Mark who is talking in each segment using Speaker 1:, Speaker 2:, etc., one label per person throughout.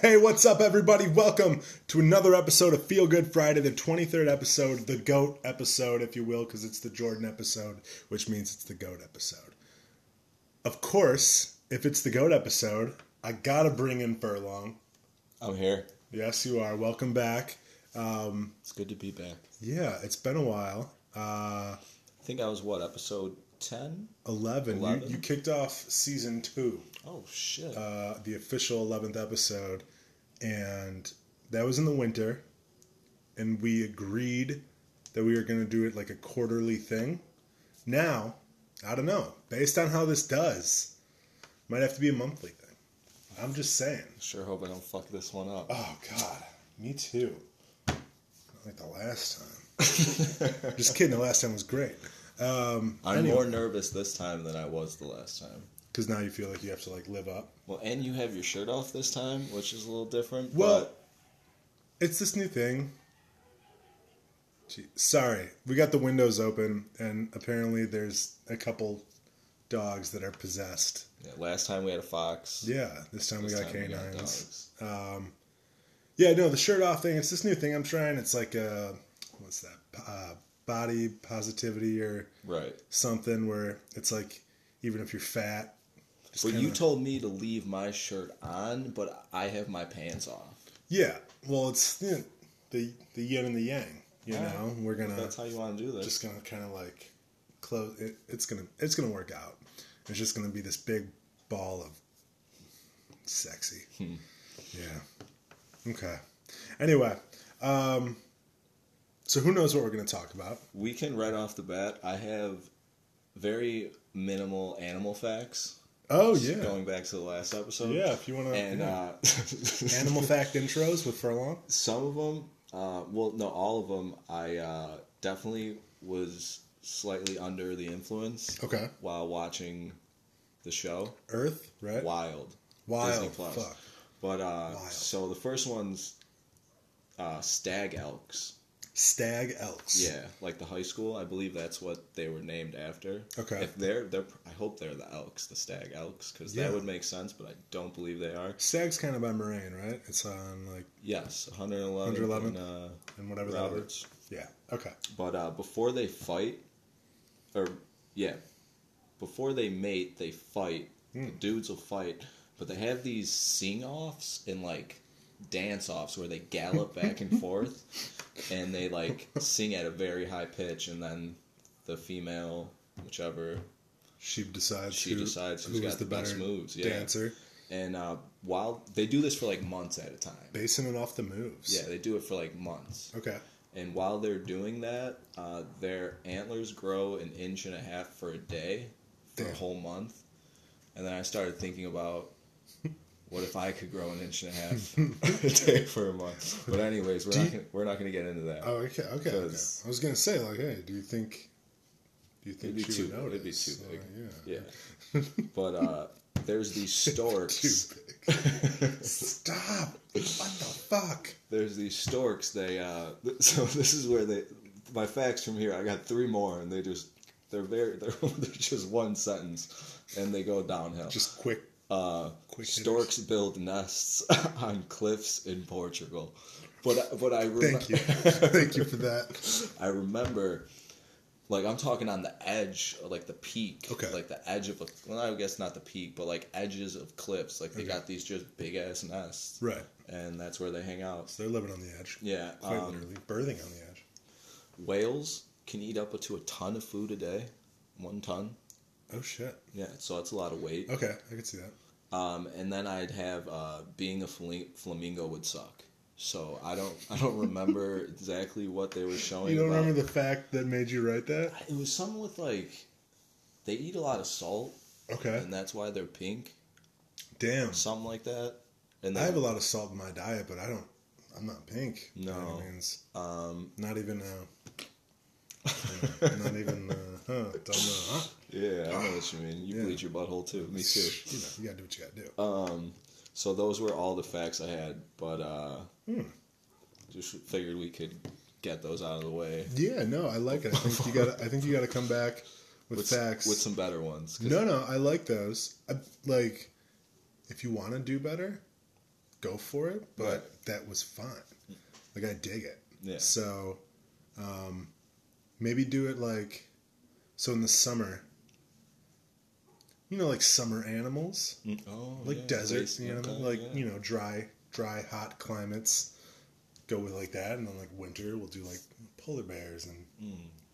Speaker 1: Hey, what's up, everybody? Welcome to another episode of Feel Good Friday, the 23rd episode, the GOAT episode, if you will, because it's the Jordan episode, which means it's the GOAT episode. Of course, if it's the GOAT episode, I gotta bring in Furlong.
Speaker 2: I'm here.
Speaker 1: Yes, you are. Welcome back.
Speaker 2: It's good to be back.
Speaker 1: Yeah, it's been a while. Uh,
Speaker 2: I think I was what episode ten?
Speaker 1: 11. You,
Speaker 2: Eleven.
Speaker 1: you kicked off season two,
Speaker 2: Oh shit!
Speaker 1: uh, the official 11th episode, and that was in the winter, and we agreed that we were going to do it like a quarterly thing. Now, I don't know. Based on how this does, might have to be a monthly thing. I'm just saying.
Speaker 2: sure hope I don't fuck this one up.
Speaker 1: Oh God, me too. Not like the last time. Just kidding. The last time was great. Um,
Speaker 2: I'm
Speaker 1: anyway,
Speaker 2: more nervous this time than I was the last time.
Speaker 1: because now you feel like you have to like live up.
Speaker 2: Well, and you have your shirt off this time, which is a little different.
Speaker 1: Well-
Speaker 2: but
Speaker 1: It's this new thing. Gee, sorry, we got the windows open, and apparently there's a couple dogs that are possessed.
Speaker 2: yeah, last time we had a fox.
Speaker 1: Yeah, this time
Speaker 2: this
Speaker 1: we got
Speaker 2: time
Speaker 1: canines.
Speaker 2: dogs.
Speaker 1: Yeah, no, the shirt off thing. It's this new thing I'm trying. It's like a what's that? Uh, body positivity or
Speaker 2: right.
Speaker 1: something where it's like even if you're fat. just
Speaker 2: Well, you
Speaker 1: kinda-
Speaker 2: told me to leave my shirt on, but I have my pants off.
Speaker 1: yeah. Well, it's you know, the the yin and the yang. You
Speaker 2: Alright.
Speaker 1: know, we're gonna
Speaker 2: If that's how you want to do this.
Speaker 1: Uh, just gonna kind of like close. It, it's gonna it's gonna work out. It's just gonna be this big ball of sexy.
Speaker 2: Hmm.
Speaker 1: Yeah. Okay. Anyway, um, so who knows what we're gonna talk about?
Speaker 2: we can right off the bat. I have very minimal animal facts.
Speaker 1: Oh yeah,
Speaker 2: Going back to the last episode.
Speaker 1: yeah. If you wanna
Speaker 2: And
Speaker 1: yeah.
Speaker 2: uh,
Speaker 1: animal fact intros with furlong.
Speaker 2: some of them, uh, well, no, all of them, I uh, definitely was slightly under the influence
Speaker 1: Okay.
Speaker 2: while watching the show.
Speaker 1: Earth, right?
Speaker 2: Wild.
Speaker 1: Wild.
Speaker 2: Disney Plus.
Speaker 1: Fuck.
Speaker 2: But uh,
Speaker 1: Wild.
Speaker 2: so the first one's uh, stag elks.
Speaker 1: Stag elks.
Speaker 2: Yeah, like the high school. I believe that's what they were named after.
Speaker 1: Okay.
Speaker 2: If they're they're, I hope they're the elks, the stag elks, because
Speaker 1: Yeah.
Speaker 2: that would make sense. But I don't believe they are.
Speaker 1: Stag's kind of by Moraine, right? It's on like
Speaker 2: Yes, 111.
Speaker 1: 111?
Speaker 2: And, uh,
Speaker 1: and whatever
Speaker 2: Roberts.
Speaker 1: that. Is. Yeah. Okay.
Speaker 2: But uh, before they fight, or yeah, before they mate, they fight. The
Speaker 1: Hmm.
Speaker 2: dudes will fight, but they have these sing offs and like dance offs where they gallop back and forth, and they like sing at a very high pitch, and then the female, whichever,
Speaker 1: She decides.
Speaker 2: She
Speaker 1: who,
Speaker 2: decides who's
Speaker 1: who
Speaker 2: got
Speaker 1: is
Speaker 2: the best
Speaker 1: better
Speaker 2: moves, yeah.
Speaker 1: Dancer,
Speaker 2: and uh, while they do this for like months at a time.
Speaker 1: basing it off the moves.
Speaker 2: Yeah, they do it for like months.
Speaker 1: Okay.
Speaker 2: And while they're doing that, uh, their antlers grow an inch and a half for a day, for
Speaker 1: Damn.
Speaker 2: a whole month. And then I started thinking about what if I could grow an inch and a half a day for a month. But anyways, we're not gonna, we're not going to get into that.
Speaker 1: Oh, okay. Okay. okay.
Speaker 2: 'Cause-
Speaker 1: I was gonna say like, hey, do you think? Do you think
Speaker 2: It'd
Speaker 1: she
Speaker 2: be too.
Speaker 1: would notice?
Speaker 2: It'd be too big.
Speaker 1: Uh,
Speaker 2: yeah. but uh, there's these storks.
Speaker 1: yeah. Too big. Stop. What the fuck?
Speaker 2: there's these storks. They uh, th- so this is where they my facts from here. I got three more, and they just they're very they're, they're just one sentence, and they go downhill.
Speaker 1: Just quick.
Speaker 2: uh,
Speaker 1: quick hitters.
Speaker 2: storks build nests on cliffs in Portugal, but but I remember
Speaker 1: Thank you. Thank you for that.
Speaker 2: I remember. Like I'm talking on the edge, or like the peak,
Speaker 1: Okay.
Speaker 2: like the edge of a. Well, I guess not the peak, but like edges of cliffs. Like they got these just big ass nests,
Speaker 1: Right.
Speaker 2: and that's where they hang out.
Speaker 1: So they're living on the edge.
Speaker 2: Yeah,
Speaker 1: Quite
Speaker 2: um,
Speaker 1: literally, birthing on the edge.
Speaker 2: Whales can eat up to a ton of food a day, one ton.
Speaker 1: Oh shit.
Speaker 2: Yeah, so that's a lot of weight.
Speaker 1: Okay, I can see that.
Speaker 2: Um, and then I'd have uh, being a flamin- flamingo would suck. So I don't I don't remember exactly what they were showing.
Speaker 1: You don't
Speaker 2: about-
Speaker 1: remember the fact that made you write that?
Speaker 2: It was something with like they eat a lot of salt,
Speaker 1: Okay.
Speaker 2: and that's why they're pink.
Speaker 1: Damn.
Speaker 2: Something like that. And
Speaker 1: I
Speaker 2: then
Speaker 1: have a lot of salt in my diet, but I don't. I'm not pink. by
Speaker 2: No.
Speaker 1: any means.
Speaker 2: um,
Speaker 1: Not even. Uh, you know, not even. Uh, huh, don't know. Huh?
Speaker 2: yeah, I know what you mean. You
Speaker 1: Yeah.
Speaker 2: bleed your butthole too. Me too.
Speaker 1: You, know, you gotta do what you gotta do.
Speaker 2: Um, So those were all the facts I had, but uh,
Speaker 1: Hmm.
Speaker 2: just figured we could get those out of the way
Speaker 1: yeah, no, I like it. I think you gotta. I think you gotta come back with,
Speaker 2: with,
Speaker 1: facts.
Speaker 2: with some better ones. 'cause
Speaker 1: no, no, I like those. I, like, if you want to do better, go for it. But
Speaker 2: Right.
Speaker 1: that was fine. Like I dig it.
Speaker 2: Yeah.
Speaker 1: So, um, maybe do it like so in the summer. You know, like summer animals,
Speaker 2: Oh,
Speaker 1: like
Speaker 2: yeah,
Speaker 1: deserts,
Speaker 2: base-
Speaker 1: you know,
Speaker 2: okay,
Speaker 1: like
Speaker 2: yeah.
Speaker 1: you know, dry, dry, hot climates. Go with like that, and then like winter, we'll do like polar bears and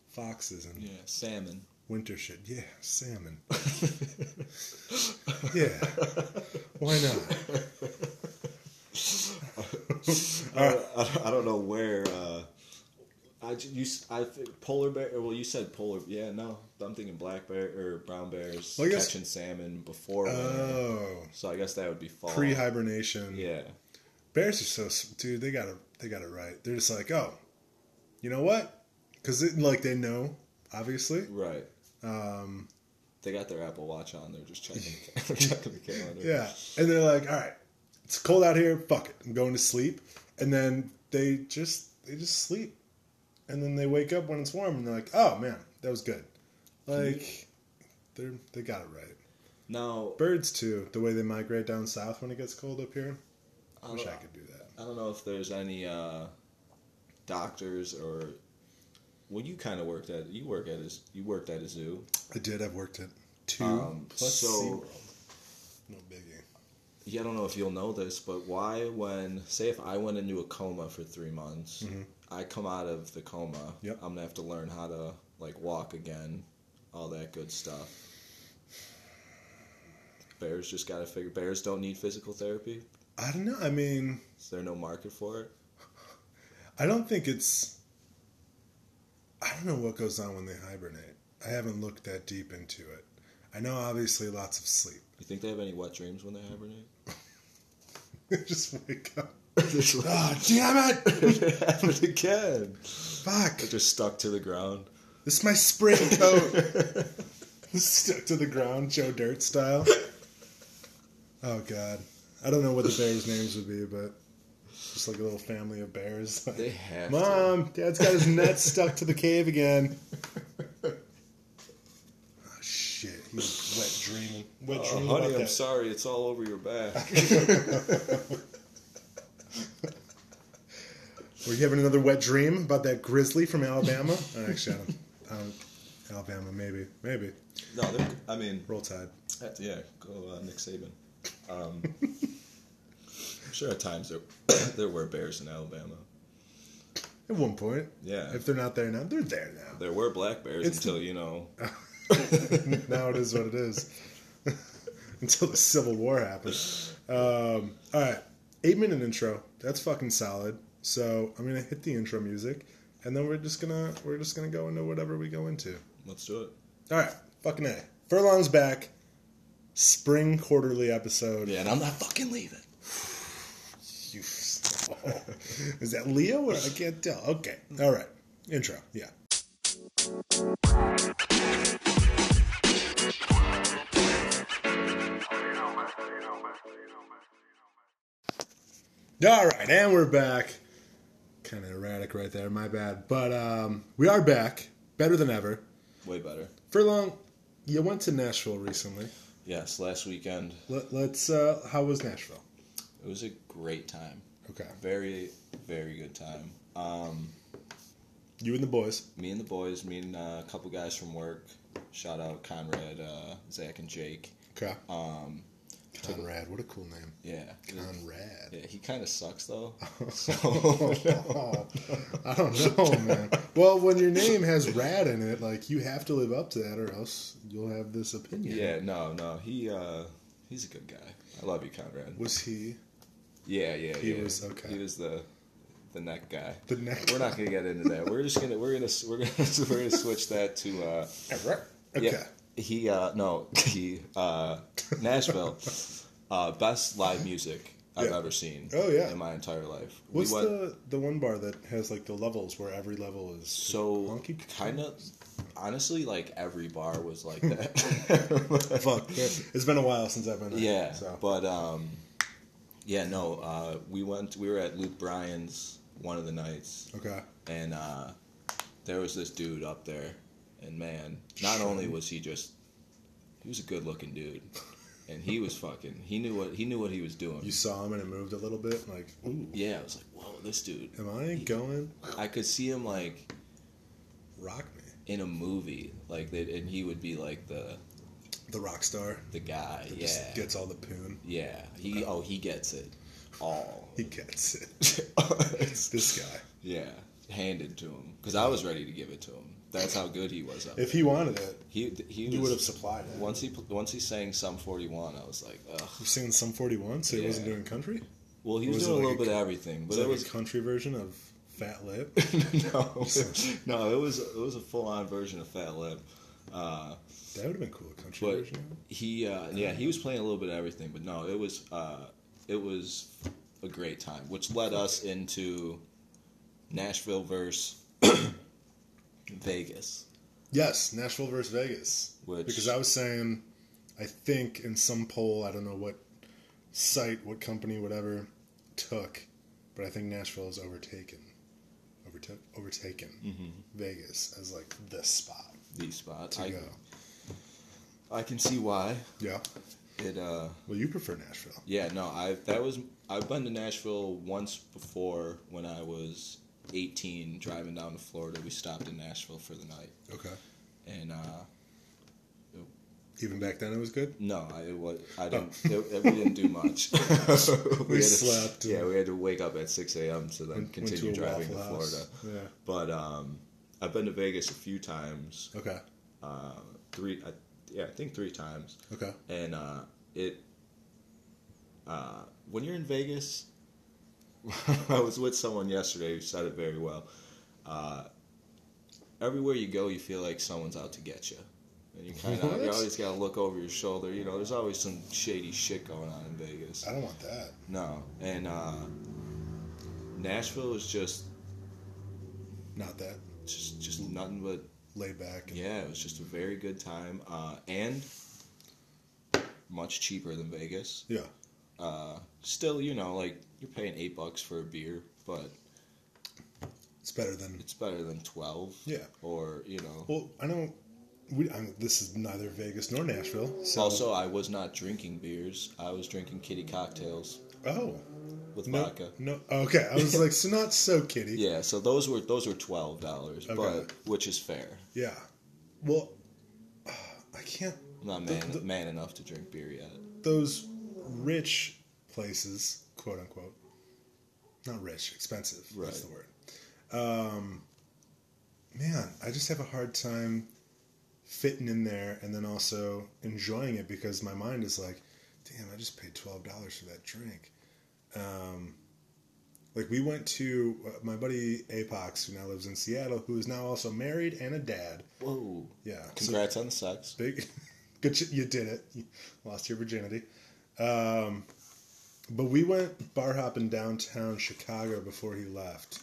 Speaker 1: foxes and
Speaker 2: Mm, yeah, salmon.
Speaker 1: winter shit. Yeah, salmon. yeah, why not?
Speaker 2: I don't- I, don't- I don't know where. Uh, I ju- you s- I think polar bear. Well, you said polar. Yeah, no, I'm thinking black bear or brown bears
Speaker 1: Well, I guess-
Speaker 2: catching salmon before. winter.
Speaker 1: Oh,
Speaker 2: so I guess that would be fall.
Speaker 1: pre hibernation.
Speaker 2: yeah,
Speaker 1: Bears are so s- dude. They got it. They got it right. They're just like, oh, you know what? Because like they know, obviously.
Speaker 2: right. Um, they got their Apple Watch on. They're just checking, they're checking the calendar.
Speaker 1: Yeah, and they're like, all right, it's cold out here. Fuck it, I'm going to sleep. And then they just they just sleep, and then they wake up when it's warm, and they're like, oh man, that was good. Like, they're they got it right.
Speaker 2: Now,
Speaker 1: Birds too, the way they migrate down south when it gets cold up here. I
Speaker 2: I
Speaker 1: wish
Speaker 2: don't,
Speaker 1: I could do that.
Speaker 2: I don't know if there's any uh, doctors or. Well, you kind of worked at you work at a, z- you worked at a zoo.
Speaker 1: I did. I've worked at two
Speaker 2: Um,
Speaker 1: plus
Speaker 2: so-
Speaker 1: SeaWorld. No biggie.
Speaker 2: Yeah, I don't know if you'll know this, but why, when, say, if I went into a coma for three months, I come out of the coma,
Speaker 1: Mm-hmm. Yep.
Speaker 2: I'm gonna have to learn how to like walk again, all that good stuff. Bears just gotta figure. Bears don't need physical therapy.
Speaker 1: I don't know. I mean,
Speaker 2: Is there no market for it?
Speaker 1: I don't think it's. I don't know what goes on when they hibernate. I haven't looked that deep into it. I know obviously lots of sleep.
Speaker 2: You think they have any wet dreams when they hibernate?
Speaker 1: They just wake up.
Speaker 2: It's like,
Speaker 1: Ah, damn it!
Speaker 2: it happened again.
Speaker 1: Fuck!
Speaker 2: They're stuck to the ground.
Speaker 1: This is my spring coat.
Speaker 2: Oh.
Speaker 1: Stuck to the ground, Joe Dirt style. Oh god, I don't know what the bears' names would be, but just like a little family of bears.
Speaker 2: They have to.
Speaker 1: Mom, Dad's got his net stuck to the cave again. oh, shit, he was wet dreaming. Wet
Speaker 2: Oh,
Speaker 1: dreaming
Speaker 2: honey,
Speaker 1: about
Speaker 2: I'm
Speaker 1: that.
Speaker 2: sorry. It's all over your back.
Speaker 1: Were you having another wet dream about that grizzly from Alabama? Oh, Actually, I don't, I don't, Alabama, maybe, maybe.
Speaker 2: no, they're, I mean,
Speaker 1: Roll Tide.
Speaker 2: That's- Yeah, go uh, Nick Saban. Um, I'm sure at times there there were bears in Alabama.
Speaker 1: At one point,
Speaker 2: Yeah,
Speaker 1: if they're not there now, they're there now.
Speaker 2: there were black bears
Speaker 1: It's-
Speaker 2: until you know.
Speaker 1: now it is what it is. Until the Civil War happened. Um, all right, eight minute intro. That's fucking solid. So I'm gonna hit the intro music, and then we're just gonna we're just gonna go into whatever we go into.
Speaker 2: Let's do it.
Speaker 1: All right, fucking a. Furlong's back. Spring quarterly episode.
Speaker 2: Yeah, and I'm not fucking leaving.
Speaker 1: You- is that Leo? Or I can't tell. Okay. All right. Intro. Yeah. All right, and we're back. Kind of erratic right there, my bad. But um, we are back, better than ever.
Speaker 2: Way better.
Speaker 1: Furlong, you went to Nashville recently.
Speaker 2: Yes, last weekend
Speaker 1: Let, let's. Uh, how was Nashville?
Speaker 2: it was a great time.
Speaker 1: Okay,
Speaker 2: Very, very good time. Um,
Speaker 1: you and the boys.
Speaker 2: me and the boys, me and uh, a couple guys from work. Shout out Conrad, uh, Zach, and Jake.
Speaker 1: Okay. Um, Conrad, what a cool name.
Speaker 2: Yeah,
Speaker 1: Conrad.
Speaker 2: yeah. He kind of sucks though. So
Speaker 1: Oh, I don't know, man. Well, when your name has rad in it, like you have to live up to that, or else you'll have this opinion.
Speaker 2: Yeah, no, no. He uh he's a good guy. I love you, Conrad.
Speaker 1: Was he
Speaker 2: Yeah, yeah,
Speaker 1: He
Speaker 2: yeah.
Speaker 1: was- okay.
Speaker 2: He was the the neck guy.
Speaker 1: the next?
Speaker 2: We're not gonna get into that. We're just gonna we're gonna we're gonna we're gonna switch that to uh
Speaker 1: ever. Okay.
Speaker 2: yeah. He uh no he uh Nashville uh best live music I've
Speaker 1: Yeah.
Speaker 2: ever seen.
Speaker 1: Oh, yeah.
Speaker 2: in my entire life.
Speaker 1: What's the the one bar that has like the levels where every level is
Speaker 2: so
Speaker 1: Honky-
Speaker 2: kind of honestly like every bar was like that.
Speaker 1: fuck? It's been a while since I've been there.
Speaker 2: Yeah,
Speaker 1: So.
Speaker 2: but um, yeah, no, uh, we went. We were at Luke Bryan's one of the nights,
Speaker 1: okay.
Speaker 2: and uh, there was this dude up there, and man, not only was he just, he was a good-looking dude, and he was fucking. He knew what he knew what he was doing.
Speaker 1: You saw him and it moved a little bit, like, ooh,
Speaker 2: yeah, I was like, whoa, this dude.
Speaker 1: am I going?
Speaker 2: I could see him like
Speaker 1: Rock me.
Speaker 2: in a movie, like that, and he would be like the
Speaker 1: The rock star.
Speaker 2: the guy.
Speaker 1: that
Speaker 2: yeah,
Speaker 1: Just gets all the poon.
Speaker 2: yeah. He oh he gets it all.
Speaker 1: He gets it. This guy.
Speaker 2: yeah, handed to him because I was ready to give it to him. That's how good he was. Up
Speaker 1: If he wanted it,
Speaker 2: he he,
Speaker 1: he
Speaker 2: was-
Speaker 1: would have supplied it.
Speaker 2: Once he pl- once he sang some forty one, I was like, ugh.
Speaker 1: He was singing some 41, so he
Speaker 2: Yeah.
Speaker 1: wasn't doing country?
Speaker 2: Well, he
Speaker 1: Or
Speaker 2: was,
Speaker 1: was it
Speaker 2: doing a
Speaker 1: like
Speaker 2: little
Speaker 1: a
Speaker 2: bit of everything, but
Speaker 1: Was
Speaker 2: it
Speaker 1: that
Speaker 2: was
Speaker 1: a country version of Fat Lip?
Speaker 2: no, no. It was it was a full on version of Fat Lip. Uh,
Speaker 1: That would have been cool, a country
Speaker 2: But-
Speaker 1: version. of it.
Speaker 2: he uh, yeah he was playing a little bit of everything, but no, it was uh, it was a great time, which led us into Nashville versus Vegas.
Speaker 1: Yes, Nashville versus Vegas.
Speaker 2: Which-
Speaker 1: Because I was saying, I think in some poll, I don't know what site, what company, whatever, took, but I think Nashville is overtaken, overtook, overtaken Vegas as like the spot
Speaker 2: The spot.
Speaker 1: to
Speaker 2: Mm-hmm. I,
Speaker 1: go.
Speaker 2: I can see why
Speaker 1: Yeah.
Speaker 2: it. Uh,
Speaker 1: Well, you prefer Nashville.
Speaker 2: Yeah, no, I that was I've been to Nashville once before when I was 18 driving down to Florida. We stopped in Nashville for the night,
Speaker 1: Okay.
Speaker 2: and uh,
Speaker 1: Even back then, it was good.
Speaker 2: no, I it was I
Speaker 1: Oh.
Speaker 2: didn't it, it- we didn't do much. we had to-
Speaker 1: slept and-
Speaker 2: yeah, we had to wake up at 6 a.m. to then continue
Speaker 1: a
Speaker 2: driving to
Speaker 1: Waffle House.
Speaker 2: Florida.
Speaker 1: Yeah.
Speaker 2: But um, I've been to Vegas a few times,
Speaker 1: Okay.
Speaker 2: uh, three I, yeah I think three times.
Speaker 1: Okay.
Speaker 2: and uh, it uh, when you're in Vegas, I was with someone yesterday who said it very well. Uh, everywhere you go, you feel like someone's out to get you, and you kind of you
Speaker 1: What?
Speaker 2: always gotta look over your shoulder. You know, there's always some shady shit going on in Vegas.
Speaker 1: I don't want that.
Speaker 2: No, and uh, Nashville is just
Speaker 1: Not that.
Speaker 2: just just nothing but
Speaker 1: Laid back. and-
Speaker 2: yeah. It was just a very good time, uh, and much cheaper than Vegas.
Speaker 1: Yeah.
Speaker 2: uh, still, you know, like you're paying eight bucks for a beer, but
Speaker 1: It's better than.
Speaker 2: it's better than twelve.
Speaker 1: Yeah.
Speaker 2: Or you know.
Speaker 1: Well, I know. We, I mean, this is neither Vegas nor Nashville. So,
Speaker 2: also, I was not drinking beers. I was drinking kitty cocktails
Speaker 1: oh
Speaker 2: with
Speaker 1: no,
Speaker 2: vodka.
Speaker 1: no, okay. I was like, so not so kitty.
Speaker 2: Yeah. So those were those were twelve dollars, but
Speaker 1: Okay.
Speaker 2: which is fair.
Speaker 1: Yeah. Well, I can't.
Speaker 2: I'm not
Speaker 1: The-
Speaker 2: man
Speaker 1: the-
Speaker 2: man enough to drink beer yet.
Speaker 1: Those rich places, quote unquote, not rich, expensive. That's
Speaker 2: Right.
Speaker 1: the word. Um, man, I just have a hard time fitting in there and then also enjoying it because my mind is like, damn, I just paid twelve dollars for that drink. Um, like we went to uh, my buddy Apox, who now lives in Seattle, who is now also married and a dad.
Speaker 2: Whoa.
Speaker 1: Yeah, so-
Speaker 2: Congrats on the sex.
Speaker 1: Big, good. sh- You did it. You lost your virginity. Um, but we went bar hopping downtown Chicago before he left,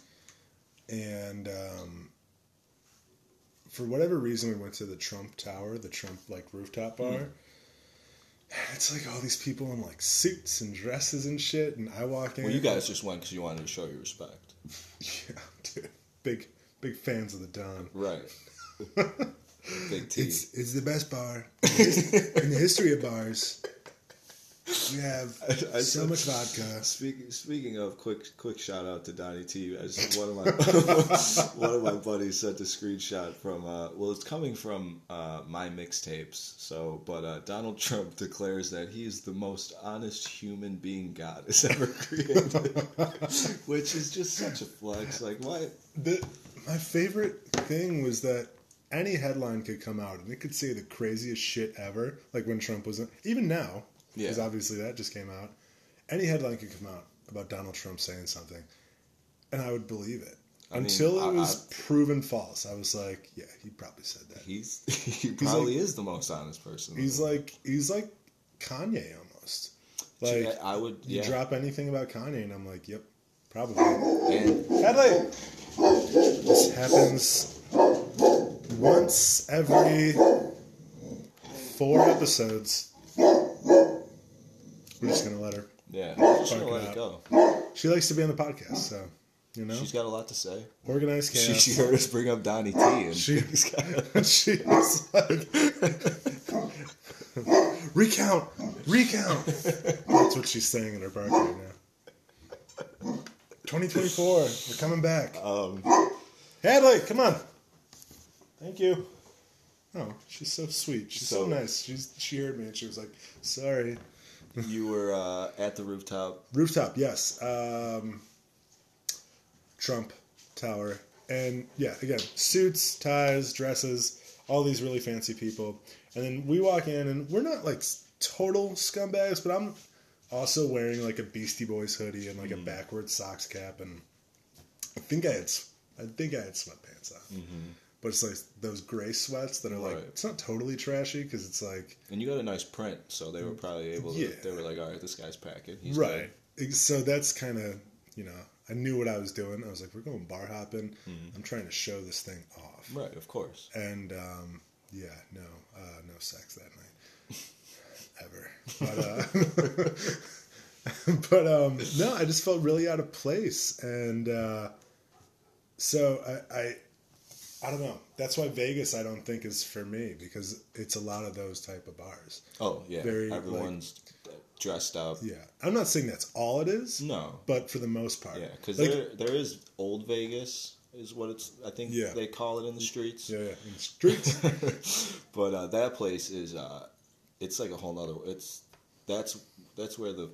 Speaker 1: and um, for whatever reason, we went to the Trump Tower, the Trump like rooftop
Speaker 2: Hmm.
Speaker 1: bar. And It's like all these people in like suits and dresses and shit, and I walk in.
Speaker 2: Well, you guys just went because you wanted to show your respect.
Speaker 1: yeah, dude, big big fans of the Don.
Speaker 2: Right. Big T.
Speaker 1: It's it's the best bar in the his- in the history of bars. We have
Speaker 2: I- I
Speaker 1: so
Speaker 2: said-
Speaker 1: much vodka.
Speaker 2: Speaking speaking of quick quick shout out to Donnie T. I just, one of my one of my buddies sent a screenshot from uh, well it's coming from uh, my mixtapes so but uh, Donald Trump declares that he is the most honest human being God has ever created, which is just such a flex. Like why?
Speaker 1: The, my favorite thing was that any headline could come out and it could say the craziest shit ever. Like when Trump was in, even now, because
Speaker 2: Yeah.
Speaker 1: obviously that just came out. Any headline could come out about Donald Trump saying something, and I would believe it.
Speaker 2: mean,
Speaker 1: Until
Speaker 2: I-
Speaker 1: it was
Speaker 2: I-
Speaker 1: proven false, I was like, "Yeah, he probably said that."
Speaker 2: He's he probably is the most honest person.
Speaker 1: He's like he's like Kanye almost. Like
Speaker 2: I would
Speaker 1: You
Speaker 2: yeah.
Speaker 1: drop anything about Kanye, and I'm like, yep, probably.
Speaker 2: and
Speaker 1: Headlight. This happens once every four episodes. We're just gonna let her.
Speaker 2: yeah, just gonna
Speaker 1: Fucking
Speaker 2: let it go.
Speaker 1: She likes to be on the podcast, so you know,
Speaker 2: She's got a lot to say.
Speaker 1: organized
Speaker 2: She,
Speaker 1: chaos.
Speaker 2: she heard us bring up Donnie T. And
Speaker 1: She-
Speaker 2: she's got
Speaker 1: She's like, recount Recount. That's what she's saying in her bark right now. 2024. We're coming back.
Speaker 2: Um,
Speaker 1: Hadley, come on. Thank you. Oh, she's so sweet. She's so,
Speaker 2: So-
Speaker 1: nice. She's she heard me and she was like, "Sorry."
Speaker 2: you were uh, at the rooftop.
Speaker 1: Rooftop, yes. Um, Trump Tower, and yeah, again, suits, ties, dresses, all these really fancy people, and then we walk in, and we're not like s- total scumbags, but I'm also wearing like a Beastie Boys hoodie and like a backwards socks cap, and I think I had s- I think I had sweatpants on, but it's like those gray sweats that are like
Speaker 2: Right.
Speaker 1: it's not totally trashy because it's like
Speaker 2: And you got a nice print, so they were probably able to.
Speaker 1: Yeah.
Speaker 2: They were like, all right, this guy's packing. He's
Speaker 1: right. So that's kind of you know I knew what I was doing. I was like, we're going bar hopping.
Speaker 2: Mm-hmm.
Speaker 1: I'm trying to show this thing off.
Speaker 2: Good. Right, of course.
Speaker 1: And um, yeah, no, uh, no sex that night ever. But, uh, but um, no, I just felt really out of place, and uh, so I, I, I don't know. That's why Vegas, I don't think, is for me because it's a lot of those type of bars.
Speaker 2: Oh yeah,
Speaker 1: Very, like-
Speaker 2: everyone's dressed up.
Speaker 1: Yeah, I'm not saying that's all it is.
Speaker 2: No,
Speaker 1: but for the most part,
Speaker 2: yeah, because
Speaker 1: Like-
Speaker 2: there there is old Vegas is what it's. I think
Speaker 1: Yeah.
Speaker 2: they call it in the streets.
Speaker 1: yeah, yeah, uh, in the streets,
Speaker 2: but uh, that place is uh, it's like a whole nother. It's that's that's where the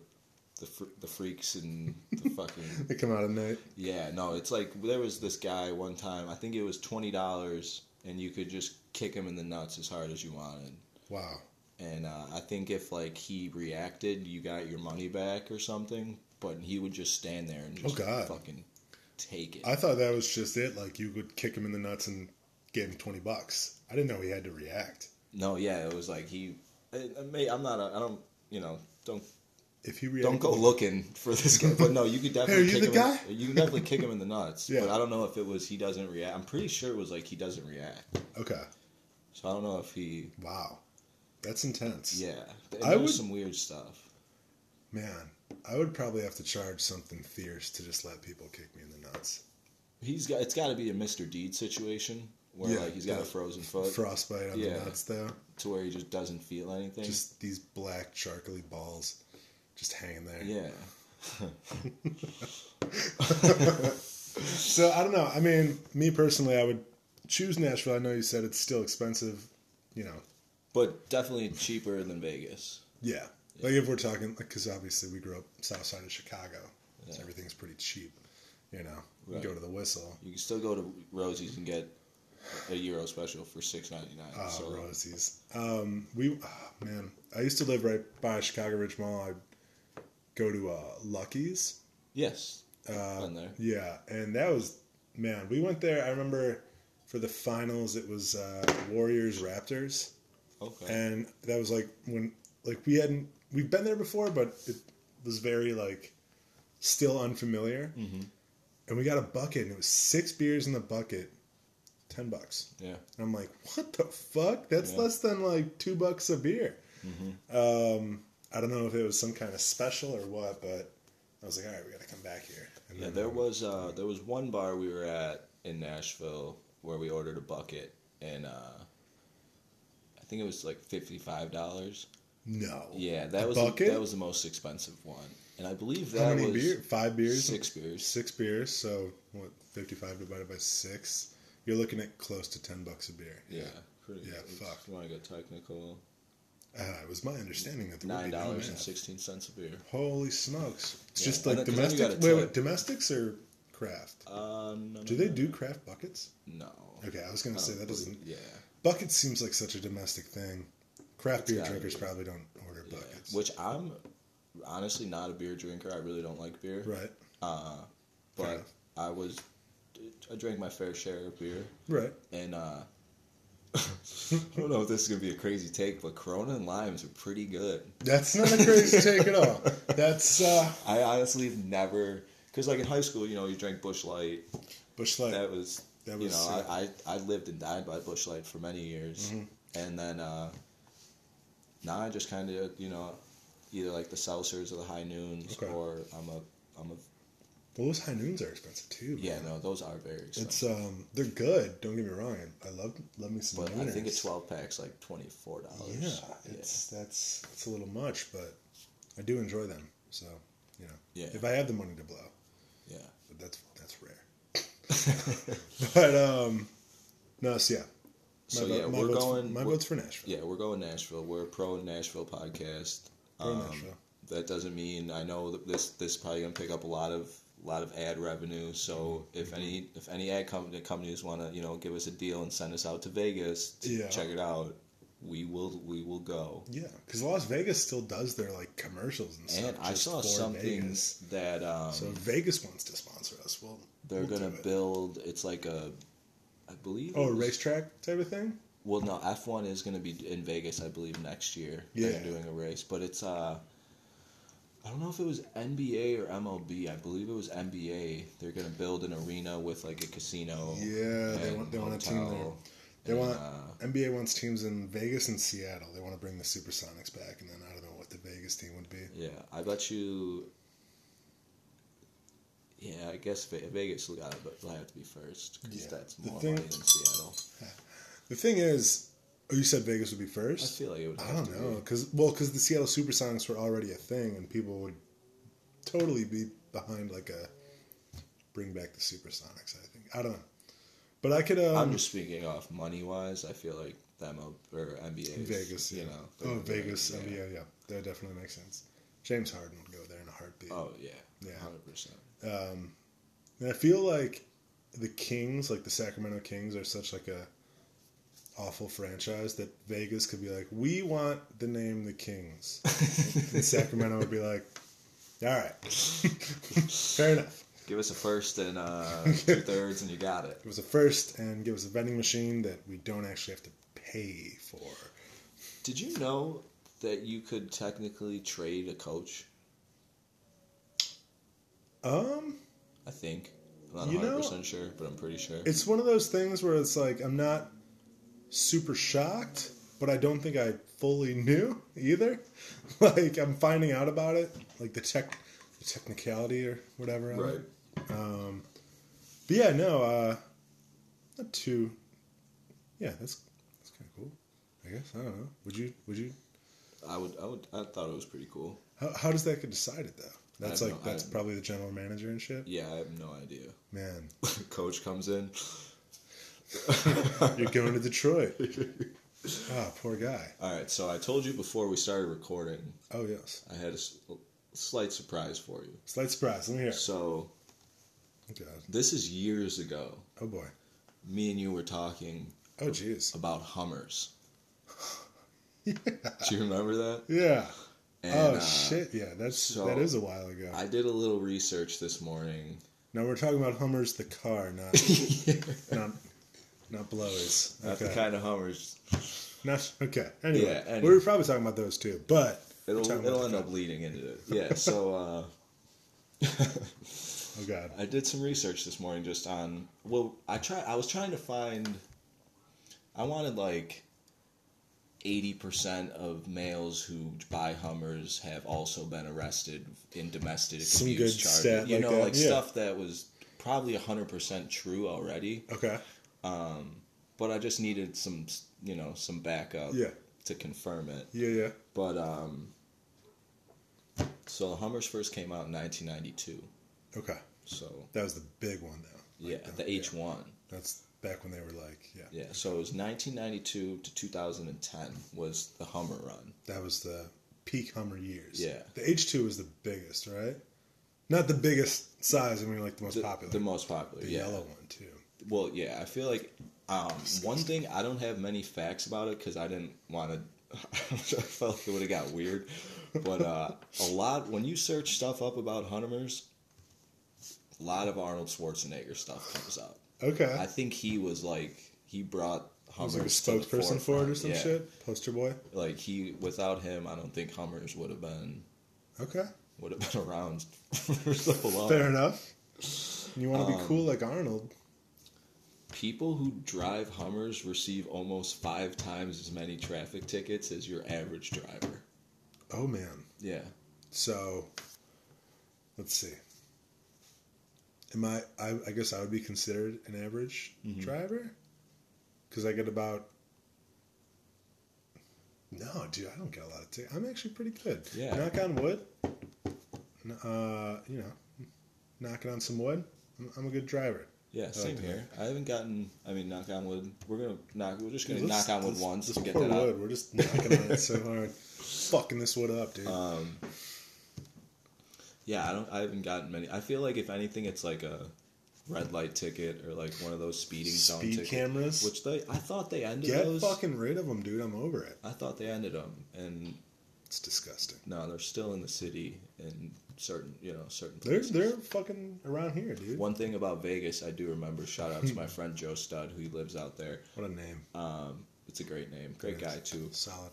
Speaker 2: the fr- the freaks and the fucking
Speaker 1: they come out at night.
Speaker 2: yeah no. It's like there was this guy one time. I think it was twenty dollars, and you could just kick him in the nuts as hard as you wanted.
Speaker 1: Wow,
Speaker 2: And uh, I think if like he reacted, you got your money back or something. But he would just stand there and just
Speaker 1: Oh, God.
Speaker 2: fucking take it.
Speaker 1: I thought that was just it. Like you would kick him in the nuts and give him twenty bucks. I didn't know he had to react.
Speaker 2: no, yeah, it was like he. I, I may, I'm not. A, I don't. You know, don't
Speaker 1: If he reacted,
Speaker 2: don't go looking for this guy. But no, you could definitely
Speaker 1: Hey, are you
Speaker 2: kick
Speaker 1: the
Speaker 2: him In, you can definitely kick him in the nuts.
Speaker 1: Yeah.
Speaker 2: But I don't know if it was he doesn't react. I'm pretty sure it was like he doesn't react.
Speaker 1: Okay,
Speaker 2: So I don't know if he.
Speaker 1: wow, that's intense.
Speaker 2: Yeah, and
Speaker 1: I
Speaker 2: there
Speaker 1: would-
Speaker 2: was some weird stuff.
Speaker 1: man, I would probably have to charge something fierce to just let people kick me in the nuts.
Speaker 2: He's got. It's got to be a Mr. Deed situation where
Speaker 1: Yeah,
Speaker 2: like he's got
Speaker 1: yeah.
Speaker 2: a frozen foot
Speaker 1: Frostbite on the
Speaker 2: yeah.
Speaker 1: nuts, though.
Speaker 2: to where he just doesn't feel anything.
Speaker 1: Just these black charcoaly balls, just hanging there.
Speaker 2: yeah.
Speaker 1: So I don't know. I mean, me personally, I would choose Nashville. I know you said it's still expensive. You know,
Speaker 2: But definitely cheaper than Vegas.
Speaker 1: Yeah. Like if we're talking, because obviously we grew up south side of Chicago, so
Speaker 2: Yeah.
Speaker 1: everything's pretty cheap. You know, you
Speaker 2: Right.
Speaker 1: go to the Whistle.
Speaker 2: You can still go to Rosie's and get a euro special for six ninety nine.
Speaker 1: Oh,
Speaker 2: so
Speaker 1: Rosie's. Um, we, oh, man, I used to live right by Chicago Ridge Mall. I'd go to uh, Lucky's.
Speaker 2: yes,
Speaker 1: Uh,
Speaker 2: been there.
Speaker 1: Yeah, and that was, man, we went there. I remember for the finals, it was uh, Warriors Raptors.
Speaker 2: Okay.
Speaker 1: and that was like when like we hadn't we've been there before but it was very like still unfamiliar
Speaker 2: Mm-hmm.
Speaker 1: and we got a bucket and it was six beers in the bucket 10 bucks
Speaker 2: yeah.
Speaker 1: and i'm like what the fuck that's
Speaker 2: Yeah. Mm-hmm.
Speaker 1: less than like two bucks a beer um, i don't know if it was some kind of special or what but i was like all right we gotta come back here and
Speaker 2: Yeah,
Speaker 1: then,
Speaker 2: there
Speaker 1: um,
Speaker 2: was uh, there was one bar we were at in Nashville where we ordered a bucket, and uh, I think it was like fifty five dollars.
Speaker 1: no
Speaker 2: Yeah, that
Speaker 1: A
Speaker 2: was
Speaker 1: bucket?
Speaker 2: The, that was the most expensive one, and I believe that
Speaker 1: how many
Speaker 2: was
Speaker 1: beer five beers
Speaker 2: six beers.
Speaker 1: six beers so what 55 divided by six you're looking at close to 10 bucks a beer
Speaker 2: Yeah, pretty.
Speaker 1: Yeah,
Speaker 2: if
Speaker 1: fuck.
Speaker 2: You want to go technical?
Speaker 1: uh, it was my understanding that there would
Speaker 2: Nine
Speaker 1: be no
Speaker 2: dollars and
Speaker 1: math.
Speaker 2: sixteen cents a beer.
Speaker 1: holy smokes it's
Speaker 2: Yeah.
Speaker 1: just
Speaker 2: And
Speaker 1: like
Speaker 2: then- 'cause then you
Speaker 1: domestic
Speaker 2: gotta
Speaker 1: wait, wait
Speaker 2: tip.
Speaker 1: domestics or craft
Speaker 2: Uh, no,
Speaker 1: do
Speaker 2: no,
Speaker 1: they
Speaker 2: no.
Speaker 1: do craft buckets
Speaker 2: No.
Speaker 1: okay i was gonna
Speaker 2: I
Speaker 1: say
Speaker 2: don't
Speaker 1: that
Speaker 2: believe-
Speaker 1: doesn't
Speaker 2: Yeah.
Speaker 1: bucket seems like such a domestic thing craft
Speaker 2: It's
Speaker 1: beer
Speaker 2: gotta
Speaker 1: drinkers
Speaker 2: be.
Speaker 1: probably don't order
Speaker 2: yeah.
Speaker 1: buckets
Speaker 2: Which I'm honestly not a beer drinker. I really don't like beer.
Speaker 1: right
Speaker 2: Uh,
Speaker 1: Fair
Speaker 2: but
Speaker 1: enough.
Speaker 2: I was, I drank my fair share of beer,
Speaker 1: right
Speaker 2: and uh, I don't know if this is gonna be a crazy take, but Corona and limes are pretty good.
Speaker 1: that's not a crazy take at all that's uh
Speaker 2: I honestly have never, cause like in high school, you know, you drank Bush Light.
Speaker 1: bush light
Speaker 2: That was,
Speaker 1: That
Speaker 2: you
Speaker 1: was,
Speaker 2: know,
Speaker 1: uh,
Speaker 2: I, I I lived and died by Bush Light for many years,
Speaker 1: Mm-hmm.
Speaker 2: and then uh, now I just kind of you know, either like the seltzers or the high noons,
Speaker 1: Okay.
Speaker 2: or I'm a I'm a
Speaker 1: Those high noons are expensive too.
Speaker 2: Yeah, no, those are very expensive.
Speaker 1: It's um, they're good. Don't get me wrong. I love love me some.
Speaker 2: but I think a
Speaker 1: Nooners.
Speaker 2: twelve pack's like twenty four dollars.
Speaker 1: Yeah, it's that's it's a little much, but I do enjoy them. So you know,
Speaker 2: Yeah.
Speaker 1: if I have the money to blow,
Speaker 2: yeah.
Speaker 1: but that's that's rare. but um, no, so yeah, my,
Speaker 2: So
Speaker 1: vote-
Speaker 2: yeah,
Speaker 1: my
Speaker 2: we're
Speaker 1: vote's
Speaker 2: going.
Speaker 1: For, my
Speaker 2: we're-
Speaker 1: vote's for Nashville.
Speaker 2: yeah, we're going Nashville. We're a pro Nashville podcast.
Speaker 1: Pro
Speaker 2: um,
Speaker 1: Nashville.
Speaker 2: That doesn't mean I know that this this is probably gonna pick up a lot of lot of ad revenue. So
Speaker 1: Mm-hmm.
Speaker 2: if any if any ad company companies want to you know give us a deal and send us out to Vegas, to
Speaker 1: Yeah.
Speaker 2: check it out. We will we will go.
Speaker 1: Yeah, because Las Vegas still does their like commercials and stuff.
Speaker 2: And I
Speaker 1: just
Speaker 2: saw
Speaker 1: for
Speaker 2: something
Speaker 1: Vegas.
Speaker 2: that um,
Speaker 1: So if Vegas wants to sponsor us. Well,
Speaker 2: they're
Speaker 1: we'll do
Speaker 2: gonna
Speaker 1: it.
Speaker 2: build. It's like a, I believe.
Speaker 1: Oh,
Speaker 2: it
Speaker 1: a
Speaker 2: was-
Speaker 1: racetrack type of thing.
Speaker 2: Well, no, F one is going to be in Vegas, I believe, next year.
Speaker 1: Yeah.
Speaker 2: They're doing a race, but it's uh, I don't know if it was NBA or MLB. I believe it was NBA. They're going to build an arena with like a casino.
Speaker 1: Yeah, they want- they want a team there.
Speaker 2: hotel,
Speaker 1: They want
Speaker 2: uh,
Speaker 1: NBA wants teams in Vegas and Seattle. They want to bring the Supersonics back, and then I don't know what the Vegas team would be.
Speaker 2: Yeah, I bet you. Yeah, I guess Ve- Vegas will got it, but will have to be first because
Speaker 1: Yeah.
Speaker 2: that's
Speaker 1: The
Speaker 2: more
Speaker 1: thing-
Speaker 2: money than Seattle.
Speaker 1: The thing is, oh, you said Vegas would be
Speaker 2: I
Speaker 1: first.
Speaker 2: feel like it would.
Speaker 1: I,
Speaker 2: Have
Speaker 1: don't
Speaker 2: to be.
Speaker 1: know, because well, because the Seattle Supersonics were already a thing, and people would totally be behind like a bring back the Supersonics. I think I don't know, but I could. Um,
Speaker 2: I'm just speaking off money wise. I feel like them or NBA. 's,
Speaker 1: Vegas,
Speaker 2: you
Speaker 1: yeah.
Speaker 2: know.
Speaker 1: Oh,
Speaker 2: they're-
Speaker 1: Vegas,
Speaker 2: yeah.
Speaker 1: NBA, yeah. That definitely makes sense. James Harden would go there in a heartbeat.
Speaker 2: Oh yeah,
Speaker 1: Yeah.
Speaker 2: hundred percent.
Speaker 1: Um, And I feel like the Kings, like the Sacramento Kings, are such like a awful franchise that Vegas could be like, we want the name the Kings, and Sacramento would be like, all right, fair enough.
Speaker 2: Give us a first and uh, two thirds, and you got it.
Speaker 1: It was a first, and give us a vending machine that we don't actually have to pay for.
Speaker 2: Did you know that you could technically trade a coach?
Speaker 1: Um,
Speaker 2: I think I'm not
Speaker 1: You
Speaker 2: hundred
Speaker 1: know-
Speaker 2: percent sure, but I'm pretty sure.
Speaker 1: it's one of those things where it's like I'm not super shocked, but I don't think I fully knew either. Like I'm finding out about it, like the tech, the technicality or whatever. of it.
Speaker 2: Right.
Speaker 1: But yeah, no, uh, not too. Yeah, that's that's kind of cool. I guess I don't know. Would you? Would you?
Speaker 2: I would. I would. I thought it was pretty cool.
Speaker 1: How, how does that get decided though? That's
Speaker 2: I
Speaker 1: like
Speaker 2: have no- I
Speaker 1: that's
Speaker 2: have-
Speaker 1: probably the general manager and shit.
Speaker 2: Yeah, I have no idea.
Speaker 1: Man,
Speaker 2: coach comes in.
Speaker 1: you're going to Detroit. Ah, poor guy.
Speaker 2: All right. So I told you before we started recording,
Speaker 1: Oh yes,
Speaker 2: I had a s- slight surprise for you.
Speaker 1: slight surprise. Let me hear. it.
Speaker 2: So
Speaker 1: Oh, God.
Speaker 2: this is years ago.
Speaker 1: Oh boy.
Speaker 2: Me and you were talking
Speaker 1: Oh jeez.
Speaker 2: about Hummers. Do you remember that?
Speaker 1: Yeah.
Speaker 2: And,
Speaker 1: oh
Speaker 2: uh,
Speaker 1: shit. Yeah, that's
Speaker 2: so-
Speaker 1: that is a while ago.
Speaker 2: I did a little research this morning.
Speaker 1: now we're talking about Hummers the car, not not not blowers.
Speaker 2: Not
Speaker 1: Okay.
Speaker 2: the kind of Hummers.
Speaker 1: Not- okay. Anyway,
Speaker 2: Yeah, anyway.
Speaker 1: we were probably talking about those too, but we're
Speaker 2: It'll
Speaker 1: talking about
Speaker 2: it'll
Speaker 1: the
Speaker 2: end up leading into it. Yeah. So uh,
Speaker 1: car. Oh god.
Speaker 2: I did some research this morning just on. Well, I try. I was trying to find. I wanted like. 80% of males who buy Hummers have also been arrested in domestic
Speaker 1: Some
Speaker 2: abuse
Speaker 1: good
Speaker 2: charges.
Speaker 1: stat
Speaker 2: you
Speaker 1: like
Speaker 2: know,
Speaker 1: that,
Speaker 2: like
Speaker 1: yeah.
Speaker 2: stuff that was probably 100% true already.
Speaker 1: Okay.
Speaker 2: but I just needed some, you know, some backup
Speaker 1: Yeah.
Speaker 2: to confirm it.
Speaker 1: Yeah, yeah.
Speaker 2: But um, so the Hummers first came out in 1992.
Speaker 1: Okay.
Speaker 2: So
Speaker 1: That was the big one though.
Speaker 2: yeah, the H1.
Speaker 1: That's back when they were like, yeah.
Speaker 2: Yeah, so it was 1992 to 2010 was the Hummer run.
Speaker 1: That was the peak Hummer years.
Speaker 2: Yeah.
Speaker 1: The H two was the biggest, right? Not the biggest size. I mean, like the most
Speaker 2: The,
Speaker 1: popular.
Speaker 2: the most popular.
Speaker 1: the
Speaker 2: yeah.
Speaker 1: yellow one too.
Speaker 2: Well, yeah, I feel like um, one thing I don't have many facts about it because I didn't want to. I felt it would have got weird, but uh, a lot when you search stuff up about Hummers, a lot of Arnold Schwarzenegger stuff comes up.
Speaker 1: Okay.
Speaker 2: I think he was like he brought Hummers
Speaker 1: was like a
Speaker 2: to the
Speaker 1: spokesperson for it or
Speaker 2: forefront,
Speaker 1: some
Speaker 2: yeah.
Speaker 1: shit. Poster boy.
Speaker 2: Like he, without him, I don't think Hummers would have been
Speaker 1: Okay,
Speaker 2: would have been around for so long.
Speaker 1: fair enough. You want to be cool like Arnold?
Speaker 2: People who drive Hummers receive almost five times as many traffic tickets as your average driver.
Speaker 1: Oh man.
Speaker 2: Yeah.
Speaker 1: So, let's see. Am I, I? I guess I would be considered an average driver because I get about. No, dude, I don't get a lot of tickets. I'm actually pretty good.
Speaker 2: Yeah.
Speaker 1: Knock on wood. N- Uh, you know, knocking on some wood. I'm, I'm a good driver.
Speaker 2: Yeah, same
Speaker 1: to
Speaker 2: here. I haven't gotten. I mean, knock on wood. We're gonna knock. We're just gonna
Speaker 1: Dude,
Speaker 2: knock
Speaker 1: let's-
Speaker 2: on wood
Speaker 1: let's-
Speaker 2: once
Speaker 1: let's
Speaker 2: to get
Speaker 1: pour
Speaker 2: that out.
Speaker 1: wood. We're just knocking on it so hard, fucking this wood up, dude.
Speaker 2: Um, yeah, I don't. I haven't gotten many. I feel like if anything, it's like a red light ticket or like one of those speeding zone
Speaker 1: Speed
Speaker 2: tickets,
Speaker 1: cameras?
Speaker 2: Which they, I thought they ended
Speaker 1: Get
Speaker 2: those.
Speaker 1: fucking rid of them, dude. I'm over it.
Speaker 2: I thought they ended them, and
Speaker 1: It's disgusting.
Speaker 2: no, they're still in the city in certain, you know, certain
Speaker 1: They're
Speaker 2: places.
Speaker 1: they're fucking around here, dude.
Speaker 2: One thing about Vegas, I do remember. Shout out to my friend Joe Stud, who lives out there.
Speaker 1: What a name.
Speaker 2: Um, it's a great name, great guy too.
Speaker 1: Solid.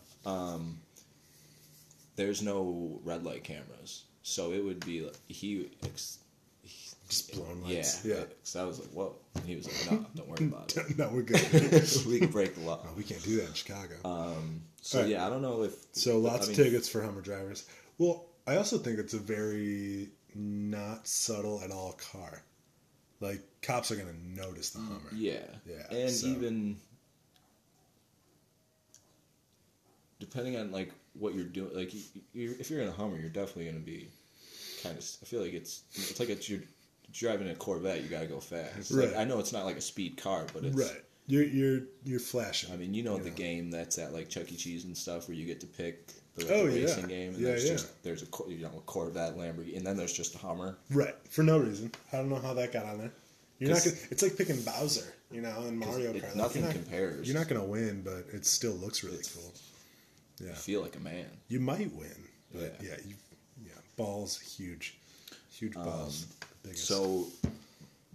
Speaker 2: There's no red light cameras, so it would be like, he. Ex-
Speaker 1: Just blown
Speaker 2: yeah,
Speaker 1: lights. Yeah.
Speaker 2: So I was like, "Whoa!" And he was like, "No, don't worry about it.
Speaker 1: no, we're good.
Speaker 2: we can break the law."
Speaker 1: No, we can't do that in Chicago.
Speaker 2: So
Speaker 1: Alright.
Speaker 2: yeah, I don't know if
Speaker 1: so lots
Speaker 2: Uh, I mean,
Speaker 1: of tickets for Hummer drivers. Well, I also think it's a very not subtle at all car. Like cops are gonna notice
Speaker 2: Mm,
Speaker 1: the Hummer.
Speaker 2: Yeah,
Speaker 1: Yeah,
Speaker 2: and
Speaker 1: so-
Speaker 2: even depending on like what you're doing, like you, you're, if you're in a Hummer, you're definitely going to be kind of. I feel like it's it's like it's you're driving a Corvette. You got to go fast. It's like-
Speaker 1: Right.
Speaker 2: I know it's not like a speed car, but it's
Speaker 1: Right. You're you're you're flashing.
Speaker 2: I mean, you know
Speaker 1: You
Speaker 2: the
Speaker 1: know.
Speaker 2: game that's at like Chuck E. Cheese and stuff, where you get to pick the, like,
Speaker 1: Oh,
Speaker 2: the
Speaker 1: yeah.
Speaker 2: racing game, and
Speaker 1: Yeah,
Speaker 2: there's
Speaker 1: yeah.
Speaker 2: just there's a Cor- you know a Corvette, Lamborghini, and then there's just a Hummer.
Speaker 1: Right, for no reason. I don't know how that got on there. You're not.
Speaker 2: 'Cause-
Speaker 1: Gonna, it's like picking Bowser, you know, in Mario Kart.
Speaker 2: it-
Speaker 1: Like,
Speaker 2: nothing
Speaker 1: you're not,
Speaker 2: compares.
Speaker 1: You're not gonna win, but it still looks really cool.
Speaker 2: I
Speaker 1: Yeah,
Speaker 2: feel like a man.
Speaker 1: you might win, but
Speaker 2: Yeah. Um,
Speaker 1: yeah, you, yeah, balls huge, huge balls. the biggest.
Speaker 2: So,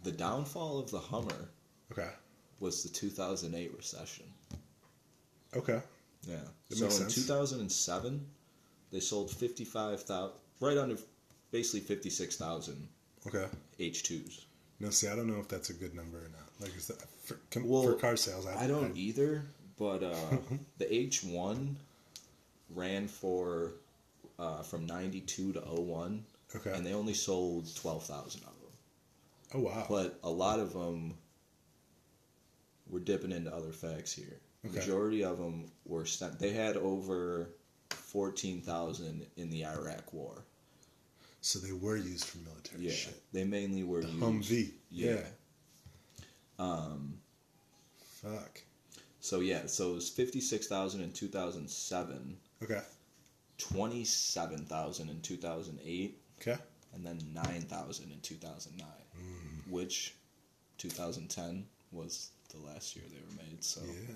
Speaker 2: the downfall of the Hummer
Speaker 1: okay,
Speaker 2: was the 2008 recession.
Speaker 1: okay,
Speaker 2: Yeah.
Speaker 1: That
Speaker 2: so
Speaker 1: makes
Speaker 2: in
Speaker 1: sense.
Speaker 2: 2007, they sold 55,000, right under basically 56,000
Speaker 1: okay.
Speaker 2: H2s.
Speaker 1: No, see, I don't know if that's a good number or not. Like, is that for, com,
Speaker 2: Well,
Speaker 1: for car sales? I,
Speaker 2: I don't either, but uh,
Speaker 1: Mhm.
Speaker 2: the H1 ran for uh, from 92 to 01,
Speaker 1: Okay.
Speaker 2: and they only sold 12,000 of them.
Speaker 1: oh wow.
Speaker 2: But a lot of them were dipping into other facts here.
Speaker 1: Okay.
Speaker 2: Majority of them were sent, they had over 14,000 in the Iraq War.
Speaker 1: So they were used for military
Speaker 2: Yeah,
Speaker 1: shit.
Speaker 2: they mainly were used.
Speaker 1: Humvee.
Speaker 2: Yeah.
Speaker 1: yeah. Um. Fuck.
Speaker 2: So yeah, so it was 56,000 in 2007.
Speaker 1: Okay.
Speaker 2: 27,000 in 2008
Speaker 1: Okay.
Speaker 2: and then 9,000 in 2009, Mm,
Speaker 1: Hmm.
Speaker 2: which 2010 was the last year they were made. So
Speaker 1: Yeah.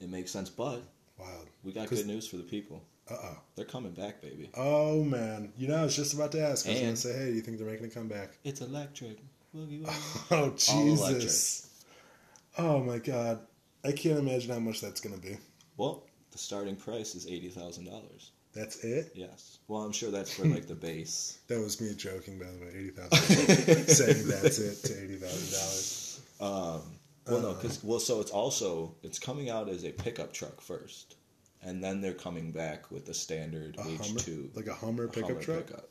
Speaker 2: it makes sense. But
Speaker 1: Wild.
Speaker 2: we got
Speaker 1: 'Cause-
Speaker 2: good news for the people.
Speaker 1: Uh oh.
Speaker 2: They're coming back, baby.
Speaker 1: Oh man. You know, I was just about to ask. I was
Speaker 2: And-
Speaker 1: going to say, hey, do you think they're making a comeback?
Speaker 2: It's electric. Boogie woogie.
Speaker 1: Oh
Speaker 2: electric.
Speaker 1: Jesus. Oh my God. I can't imagine how much that's going to be.
Speaker 2: well, the starting price is $80,000.
Speaker 1: That's it.
Speaker 2: Yes. Well, I'm sure that's for like the base.
Speaker 1: That was me joking, by the way. Eighty thousand. saying that's it to eighty thousand dollars.
Speaker 2: Um,
Speaker 1: Uh,
Speaker 2: Well, no, because well, so it's also it's coming out as a pickup truck first, and then they're coming back with the standard H
Speaker 1: Hummer,
Speaker 2: two
Speaker 1: like a Hummer pickup truck.
Speaker 2: Pickup.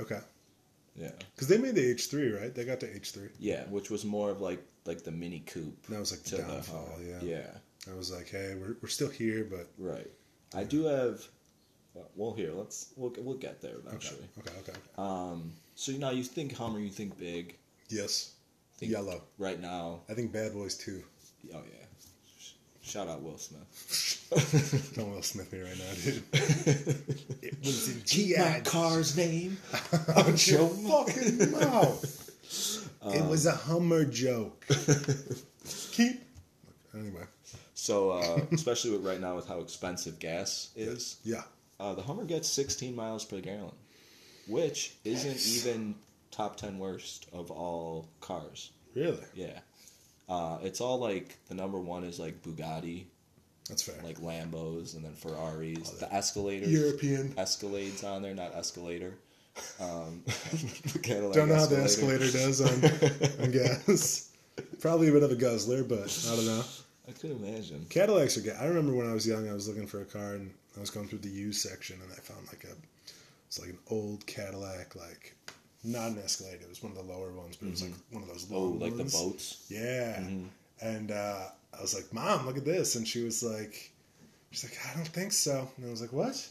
Speaker 1: Okay.
Speaker 2: Yeah,
Speaker 1: Because they made the H three, right? They got the H three.
Speaker 2: yeah, which was more of like like the mini coupe.
Speaker 1: That was like the
Speaker 2: to the
Speaker 1: downfall.
Speaker 2: Hummer.
Speaker 1: yeah.
Speaker 2: yeah,
Speaker 1: I was like, hey, we're we're still here, but
Speaker 2: right. I do have. Well, here let's we'll we'll get there
Speaker 1: okay,
Speaker 2: eventually.
Speaker 1: okay, okay. okay.
Speaker 2: Uh, So now you think Hummer, you think big.
Speaker 1: yes.
Speaker 2: Think
Speaker 1: Yellow.
Speaker 2: right now.
Speaker 1: I think Bad Boys too.
Speaker 2: Oh yeah, Sh- shout out Will Smith.
Speaker 1: Don't Will Smith me right now, dude. it was a GI
Speaker 2: My car's name.
Speaker 1: out your fucking mouth. it was a Hummer joke. Keep. Anyway,
Speaker 2: So uh, especially with right now with how expensive gas is.
Speaker 1: yeah,
Speaker 2: Uh, the Hummer gets 16 miles per gallon, which isn't even top 10 worst of all cars.
Speaker 1: really,
Speaker 2: Yeah. Uh, it's all like the number one is like Bugatti,
Speaker 1: that's fair.
Speaker 2: like Lambos, and then Ferraris. the Escalators.
Speaker 1: European.
Speaker 2: Escalade's on there, not Escalator. Um, the Cadillac
Speaker 1: Don't know how the
Speaker 2: Escalator.
Speaker 1: escalator does on, on gas. Probably a bit of a guzzler, but I don't know.
Speaker 2: I could imagine.
Speaker 1: Cadillacs are good. I remember when I was young, I was looking for a car, and I was going through the used section, and I found like a, it's like an old Cadillac, like not an Escalade. It was one of the lower ones, but it was like one of those
Speaker 2: Oh,
Speaker 1: long
Speaker 2: like the Mm-hmm.
Speaker 1: ones.
Speaker 2: boats.
Speaker 1: Yeah. And uh, I was like, Mom, look at this. And she was like, She's like, I don't think so. And I was like, What?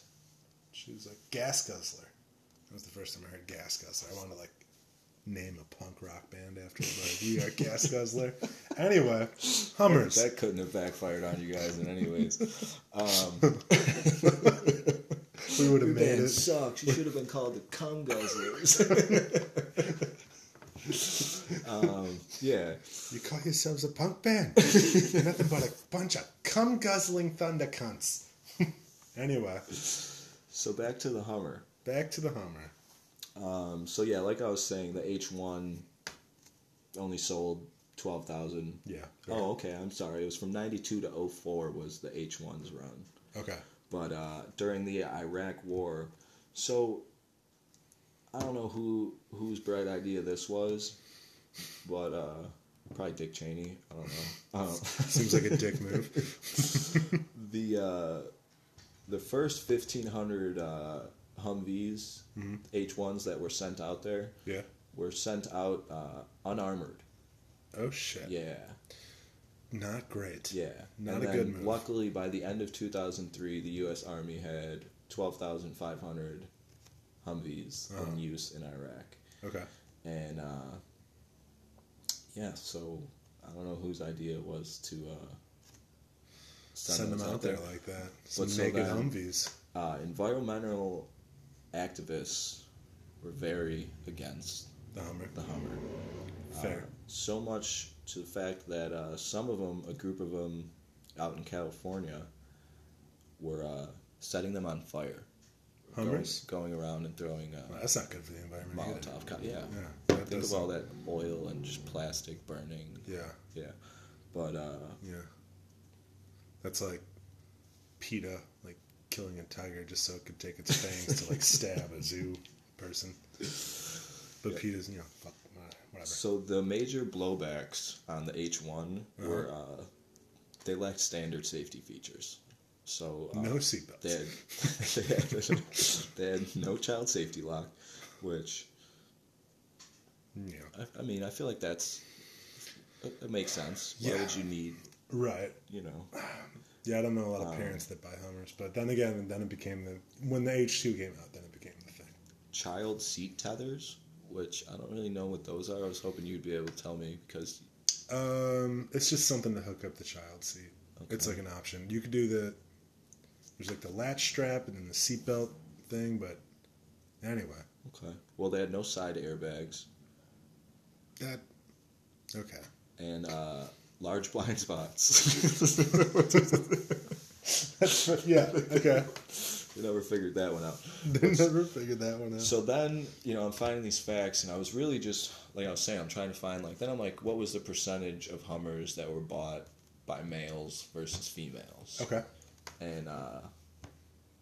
Speaker 1: She was like, Gas Guzzler. That was the first time I heard Gas Guzzler. I wanted to like name a punk rock band after it, but we are Gas Guzzler. Anyway, Hummers.
Speaker 2: That couldn't have backfired on you guys in any ways. Um,
Speaker 1: we would have made it.
Speaker 2: sucks. You should have been called the cum guzzlers. um, yeah.
Speaker 1: You call yourselves a punk band? You're nothing but a bunch of cum guzzling thunder cunts. anyway,
Speaker 2: So back to the Hummer.
Speaker 1: back to the Hummer.
Speaker 2: Um, so yeah, like I was saying, the H1 only sold 12,000.
Speaker 1: Yeah.
Speaker 2: Oh, okay. I'm sorry. It was from 92 to 04 was the H1's run.
Speaker 1: Okay.
Speaker 2: but uh, during the Iraq War. So I don't know who whose bright idea this was, but uh, probably Dick Cheney. I don't know. Um, I don't-
Speaker 1: Seems like a dick move.
Speaker 2: the uh, the first fifteen hundred uh, Humvees
Speaker 1: Mm-hmm.
Speaker 2: H ones that were sent out there
Speaker 1: Yeah.
Speaker 2: were sent out uh, unarmored.
Speaker 1: Oh shit.
Speaker 2: Yeah,
Speaker 1: Not great.
Speaker 2: yeah.
Speaker 1: Not
Speaker 2: and
Speaker 1: a
Speaker 2: then,
Speaker 1: good move.
Speaker 2: Luckily, by the end of two thousand three, the U.S. Army had twelve thousand five hundred Humvees in use in Iraq.
Speaker 1: Okay.
Speaker 2: and uh, yeah, so I don't know whose idea it was to uh,
Speaker 1: Send them
Speaker 2: those
Speaker 1: out there like that. Some
Speaker 2: so
Speaker 1: naked
Speaker 2: then-
Speaker 1: Humvees.
Speaker 2: Uh, environmental activists were very against
Speaker 1: The Hummer.
Speaker 2: the Hummer.
Speaker 1: Fair.
Speaker 2: Um, So much to the fact that uh, some of them, a group of them out in California, were uh, setting them on fire. Going-
Speaker 1: Hummers.
Speaker 2: Going, around and throwing uh,
Speaker 1: Well, that's not good for the environment. either.
Speaker 2: Molotov cocktails. Yeah.
Speaker 1: Yeah. That
Speaker 2: Think of
Speaker 1: does.
Speaker 2: all that oil and just plastic burning.
Speaker 1: Yeah.
Speaker 2: Yeah. But uh,
Speaker 1: Yeah. That's like PETA, like killing a tiger just so it could take its fangs to like stab a zoo person. But PETA's, you know, fuck, uh, whatever.
Speaker 2: so the major blowbacks on the H1
Speaker 1: Uh-huh.
Speaker 2: were uh, they lacked standard safety features. So uh,
Speaker 1: No seatbelts.
Speaker 2: they, had, they, had, they had no child safety lock, which
Speaker 1: Yeah.
Speaker 2: I, I mean I feel like that's it, it makes sense. Why would
Speaker 1: Yeah.
Speaker 2: you need
Speaker 1: Right.
Speaker 2: you know?
Speaker 1: Yeah, I don't know a lot
Speaker 2: Uh,
Speaker 1: of parents that buy Hummers, but then again, then it became the when the H2 came out, then it became the thing.
Speaker 2: child seat tethers, which I don't really know what those are. I was hoping you'd be able to tell me because
Speaker 1: Um, it's just something to hook up the child seat. It's like an option. You could do the there's like the latch strap and then the seatbelt thing, but anyway,
Speaker 2: okay, well they had no side airbags
Speaker 1: that okay.
Speaker 2: and uh, large blind spots.
Speaker 1: That's right. yeah okay.
Speaker 2: we never figured that one out.
Speaker 1: They never figured that one out.
Speaker 2: So then, you know, I'm finding these facts, and I was really just like I was saying, I'm trying to find like then I'm like, what was the percentage of Hummers that were bought by males versus females?
Speaker 1: okay,
Speaker 2: and uh,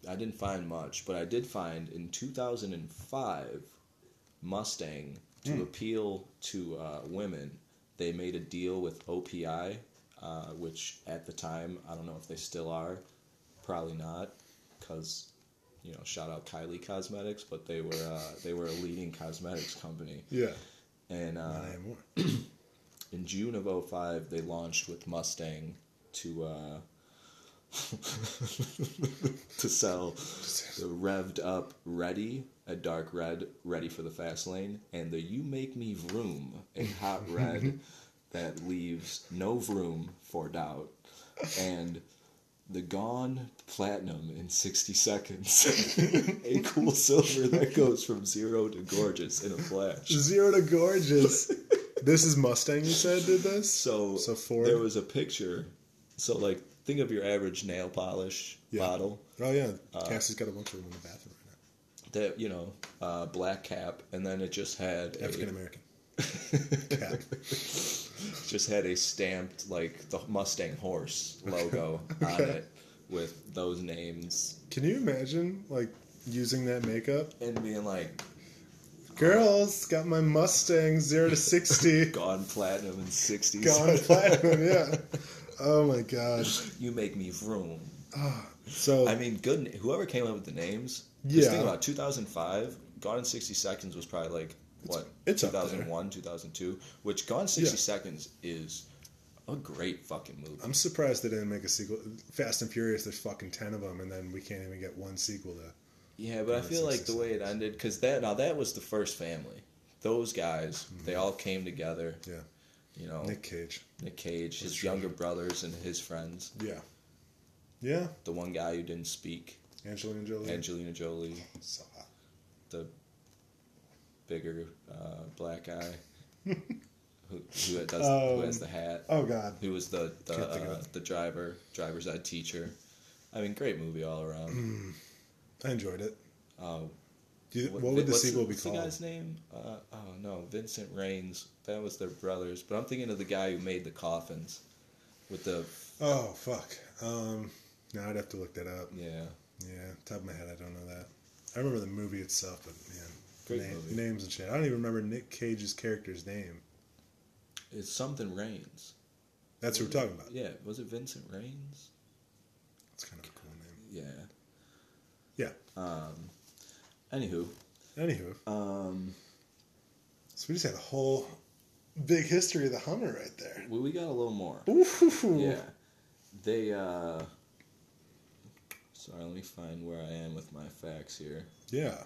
Speaker 2: I didn't find much, but I did find in 2005 Mustang to appeal to uh, women. They made a deal with OPI, uh, which at the time I don't know if they still are, probably not, because you know shout out Kylie Cosmetics, but they were uh, they were a leading cosmetics company,
Speaker 1: yeah,
Speaker 2: and uh,
Speaker 1: not anymore.
Speaker 2: in June of 05, they launched with Mustang to uh, to sell the revved up Ready, a dark red, Ready for the Fast Lane, and the You Make Me Vroom, a hot red that leaves no vroom for doubt, and the Gone Platinum in 60 seconds, a cool silver that goes from zero to gorgeous in a flash.
Speaker 1: Zero to gorgeous. this is Mustang. You said did this.
Speaker 2: So,
Speaker 1: So Ford?
Speaker 2: there was a picture. So like think of your average nail polish
Speaker 1: Yeah.
Speaker 2: bottle
Speaker 1: oh yeah,
Speaker 2: uh,
Speaker 1: Cassie's got a bunch of them in the bathroom right now.
Speaker 2: that you know uh, black cap, and then it just had a,
Speaker 1: African American. Cap.
Speaker 2: just had a stamped like the Mustang horse logo on it with those names
Speaker 1: Can you imagine like using that makeup?
Speaker 2: and being like
Speaker 1: Girls got my Mustang zero to sixty
Speaker 2: gone platinum in sixties.
Speaker 1: gone platinum. Yeah. Oh my god.
Speaker 2: you make me vroom.
Speaker 1: So
Speaker 2: I mean, good. Whoever came up with the names. Yeah. Just
Speaker 1: Yeah.
Speaker 2: think about 2005. Gone in 60 Seconds was probably like what
Speaker 1: it's up there.
Speaker 2: 2001, 2002, which Gone 60 Seconds is a great fucking movie.
Speaker 1: I'm surprised they didn't make a sequel. Fast and Furious, there's fucking ten of them, and then we can't even get one sequel to.
Speaker 2: Yeah, but I
Speaker 1: Gone
Speaker 2: feel like
Speaker 1: 60
Speaker 2: the way it ended because that now that was the first family. Those guys, they all came together.
Speaker 1: Yeah.
Speaker 2: You know,
Speaker 1: Mm-hmm. Nick Cage.
Speaker 2: Nick Cage, his
Speaker 1: true.
Speaker 2: younger brothers, and his friends.
Speaker 1: Yeah. Yeah.
Speaker 2: The one guy who didn't speak,
Speaker 1: Angelina Jolie.
Speaker 2: Angelina Jolie,
Speaker 1: So hot.
Speaker 2: the bigger uh, black guy who who does who has
Speaker 1: Um,
Speaker 2: the hat,
Speaker 1: Oh God.
Speaker 2: who was the the,
Speaker 1: can't think of
Speaker 2: uh, the driver, driver's ed teacher. I mean, great movie all
Speaker 1: Mm-hmm.
Speaker 2: around.
Speaker 1: I enjoyed it.
Speaker 2: Uh,
Speaker 1: Do you, what, would the
Speaker 2: what's
Speaker 1: sequel be
Speaker 2: what's
Speaker 1: called?
Speaker 2: The guy's name? Uh, oh no, Vincent Raines. That was their brothers. But I'm thinking of the guy who made the coffins, with the
Speaker 1: Oh fuck. Um, now I'd have to look that up.
Speaker 2: yeah.
Speaker 1: Yeah, top of my head, I don't know that. I remember the movie itself, but man,
Speaker 2: Great
Speaker 1: name-
Speaker 2: movie.
Speaker 1: names and shit. I don't even remember Nick Cage's character's name.
Speaker 2: It's something Raines.
Speaker 1: That's what we're talking about.
Speaker 2: Yeah, was it Vincent Raines?
Speaker 1: It's kind of a cool name.
Speaker 2: Yeah.
Speaker 1: Yeah.
Speaker 2: Um. Anywho,
Speaker 1: Anywho,
Speaker 2: um,
Speaker 1: so we just had a whole big history of the Hummer right there.
Speaker 2: we, we got a little more.
Speaker 1: Ooh.
Speaker 2: Yeah. They uh. Sorry, let me find where I am with my facts here.
Speaker 1: Yeah.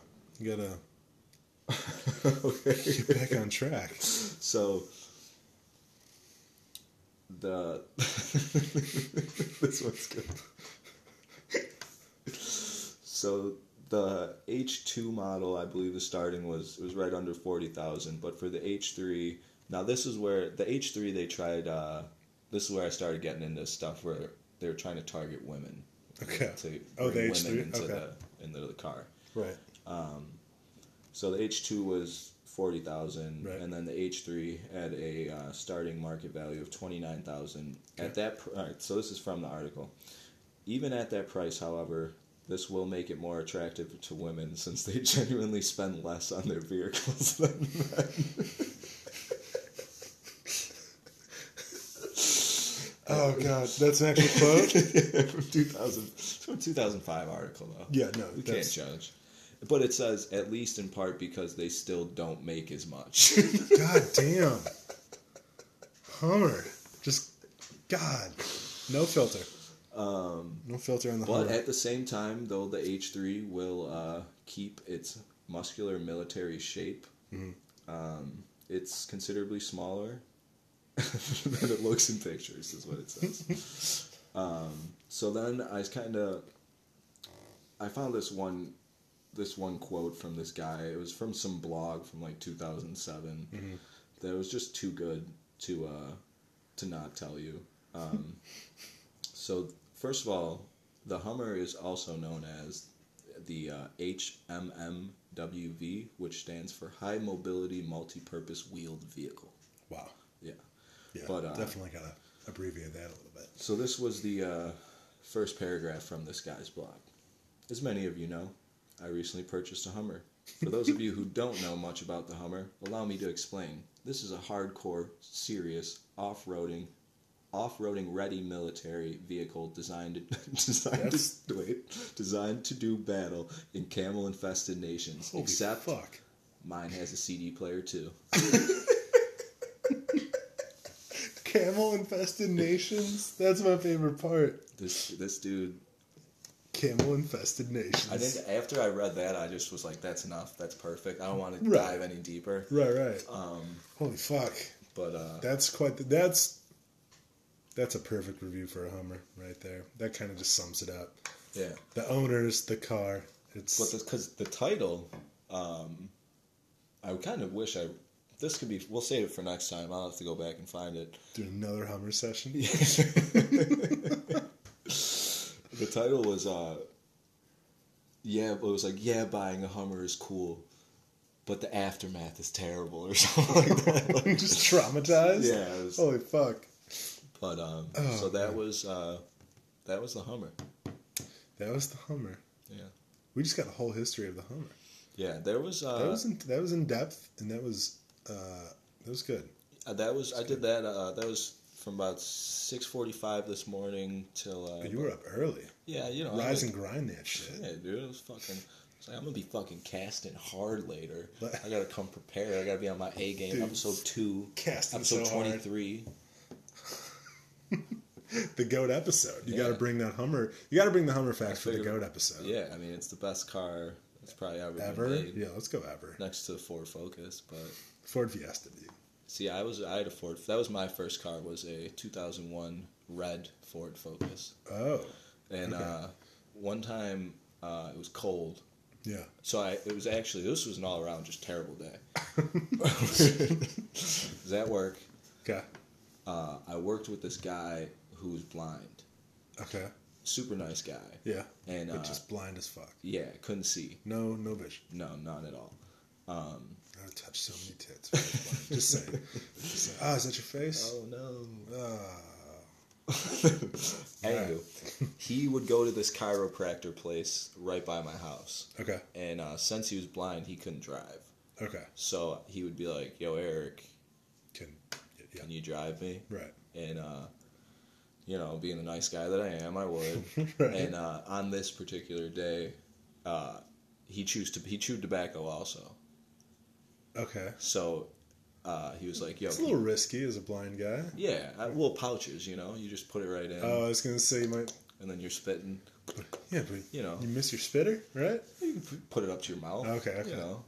Speaker 1: You gotta
Speaker 2: okay.
Speaker 1: get back on track.
Speaker 2: So the this one's good. so the H two model, I believe, the starting was it was right under forty thousand. But for the H three, now this is where the H three they tried. Uh, this is where I started getting into stuff where they were trying to target women
Speaker 1: Okay.
Speaker 2: to bring
Speaker 1: Oh, the
Speaker 2: women
Speaker 1: H3?
Speaker 2: into
Speaker 1: Okay.
Speaker 2: the into the car.
Speaker 1: Right.
Speaker 2: So the H two was forty thousand,
Speaker 1: Right.
Speaker 2: and then the H three had a uh, starting market value of twenty nine thousand. At that, pr- all right. So this is from the article. Even at that price, however, this will make it more attractive to women since they genuinely spend less on their vehicles than men.
Speaker 1: Oh god, that's an actual quote.
Speaker 2: from two thousand from two thousand five article though.
Speaker 1: yeah. No.
Speaker 2: we can't
Speaker 1: that's-
Speaker 2: judge. But it says at least in part because they still don't make as much.
Speaker 1: God damn. Hummer. Just God. No filter. Um no filter on the
Speaker 2: But
Speaker 1: Hummer.
Speaker 2: at the same time, though, the H3 will uh, keep its muscular military shape. Um, it's considerably smaller than it looks in pictures, is what it says. um, so then I kind of I found this one this one quote from this guy. It was from some blog from like 2007 that was just too good to uh, to not tell you. Um, so first of all, the Hummer is also known as the uh, HMMWV, which stands for High Mobility Multi-Purpose Wheeled Vehicle.
Speaker 1: wow.
Speaker 2: Yeah.
Speaker 1: Yeah.
Speaker 2: but, uh,
Speaker 1: definitely gotta abbreviate that a little bit.
Speaker 2: So this was the uh, first paragraph from this guy's blog. As many of you know, I recently purchased a Hummer. For those of you who don't know much about the Hummer, allow me to explain. This is a hardcore, serious, off-roading, off-roading ready military vehicle designed designed
Speaker 1: That's-
Speaker 2: to, wait, designed to do battle in camel infested nations.
Speaker 1: Holy
Speaker 2: except
Speaker 1: fuck.
Speaker 2: mine has a CD player too.
Speaker 1: Camel infested nations? That's my favorite part.
Speaker 2: This this dude
Speaker 1: Camel infested nations.
Speaker 2: I didn't. After I read that, I just was like, "That's enough. That's perfect. I don't want to
Speaker 1: Right.
Speaker 2: dive any deeper."
Speaker 1: Right, right.
Speaker 2: Um,
Speaker 1: Holy fuck.
Speaker 2: but uh,
Speaker 1: That's quite the, that's that's a perfect review for a Hummer right there. That kind of just sums it up.
Speaker 2: yeah,
Speaker 1: The owners, the car. It's
Speaker 2: but because the title, um, I kind of wish I. This could be. We'll save it for next time. I'll have to go back and find it.
Speaker 1: do another Hummer session.
Speaker 2: The title was, uh, yeah, it was like, yeah, buying a Hummer is cool, but the aftermath is terrible or something like that. Like,
Speaker 1: just traumatized.
Speaker 2: yeah, it was,
Speaker 1: Holy fuck.
Speaker 2: but um,
Speaker 1: Oh,
Speaker 2: so that was uh, that was the Hummer.
Speaker 1: That was the Hummer.
Speaker 2: Yeah.
Speaker 1: We just got a whole history of the Hummer.
Speaker 2: Yeah, there was uh,
Speaker 1: That was in, that was in depth, and that was uh, that was good.
Speaker 2: Uh, that was I did that. Uh, that was from about six forty-five this morning till. Uh,
Speaker 1: But you were up early,
Speaker 2: yeah, you know. Oh, I
Speaker 1: rise
Speaker 2: was-
Speaker 1: and grind that shit.
Speaker 2: yeah, dude, it was fucking. It's like, I'm gonna be fucking casting hard later.
Speaker 1: But-
Speaker 2: I gotta come prepared. I gotta be on my A game.
Speaker 1: Dude,
Speaker 2: episode two,
Speaker 1: casting
Speaker 2: episode
Speaker 1: so hard. Oh.
Speaker 2: twenty three.
Speaker 1: The goat episode. You got to
Speaker 2: Yeah.
Speaker 1: bring that Hummer. You got to bring the Hummer fact for the
Speaker 2: figured-
Speaker 1: goat episode.
Speaker 2: Yeah, I mean it's the best car that's probably ever,
Speaker 1: Ever?
Speaker 2: been made,
Speaker 1: Yeah, let's go ever.
Speaker 2: next to the Ford Focus. But
Speaker 1: Ford Fiesta, dude.
Speaker 2: see, I was I had a Ford. That was my first car. Was a 2001 red Ford Focus.
Speaker 1: Oh,
Speaker 2: And uh, one time uh, it was cold,
Speaker 1: yeah.
Speaker 2: So I, it was actually this was an all around just terrible day. was at work.
Speaker 1: Okay.
Speaker 2: Uh, I worked with this guy who was blind,
Speaker 1: Okay.
Speaker 2: super nice guy,
Speaker 1: Yeah.
Speaker 2: and uh,
Speaker 1: but just blind as fuck.
Speaker 2: yeah, couldn't see,
Speaker 1: No, no vision.
Speaker 2: no, none at all.
Speaker 1: I would touch so many tits. when I was blind. just saying. Just saying. Ah, is that your face?
Speaker 2: Oh. no!
Speaker 1: Ah.
Speaker 2: Anywho, he would go to this chiropractor place right by my house,
Speaker 1: okay.
Speaker 2: and uh, since he was blind, he couldn't drive.
Speaker 1: Okay.
Speaker 2: So he would be like, "Yo, Eric,
Speaker 1: Can. Yeah.
Speaker 2: can you drive me?"
Speaker 1: Right.
Speaker 2: and uh, you know, being the nice guy that I am, I would. And uh, on this particular day, uh, he chews to he chewed tobacco also.
Speaker 1: Okay.
Speaker 2: So uh, he was like, "Yo,
Speaker 1: It's a little risky as a blind guy.
Speaker 2: yeah, uh, well, pouches, you know, you just put it right in,
Speaker 1: Oh, I was gonna say you might.
Speaker 2: and then you're spitting.
Speaker 1: Yeah, but
Speaker 2: You know.
Speaker 1: you miss your spitter, right?
Speaker 2: You can p- put it up to your mouth.
Speaker 1: Okay, okay.
Speaker 2: You know,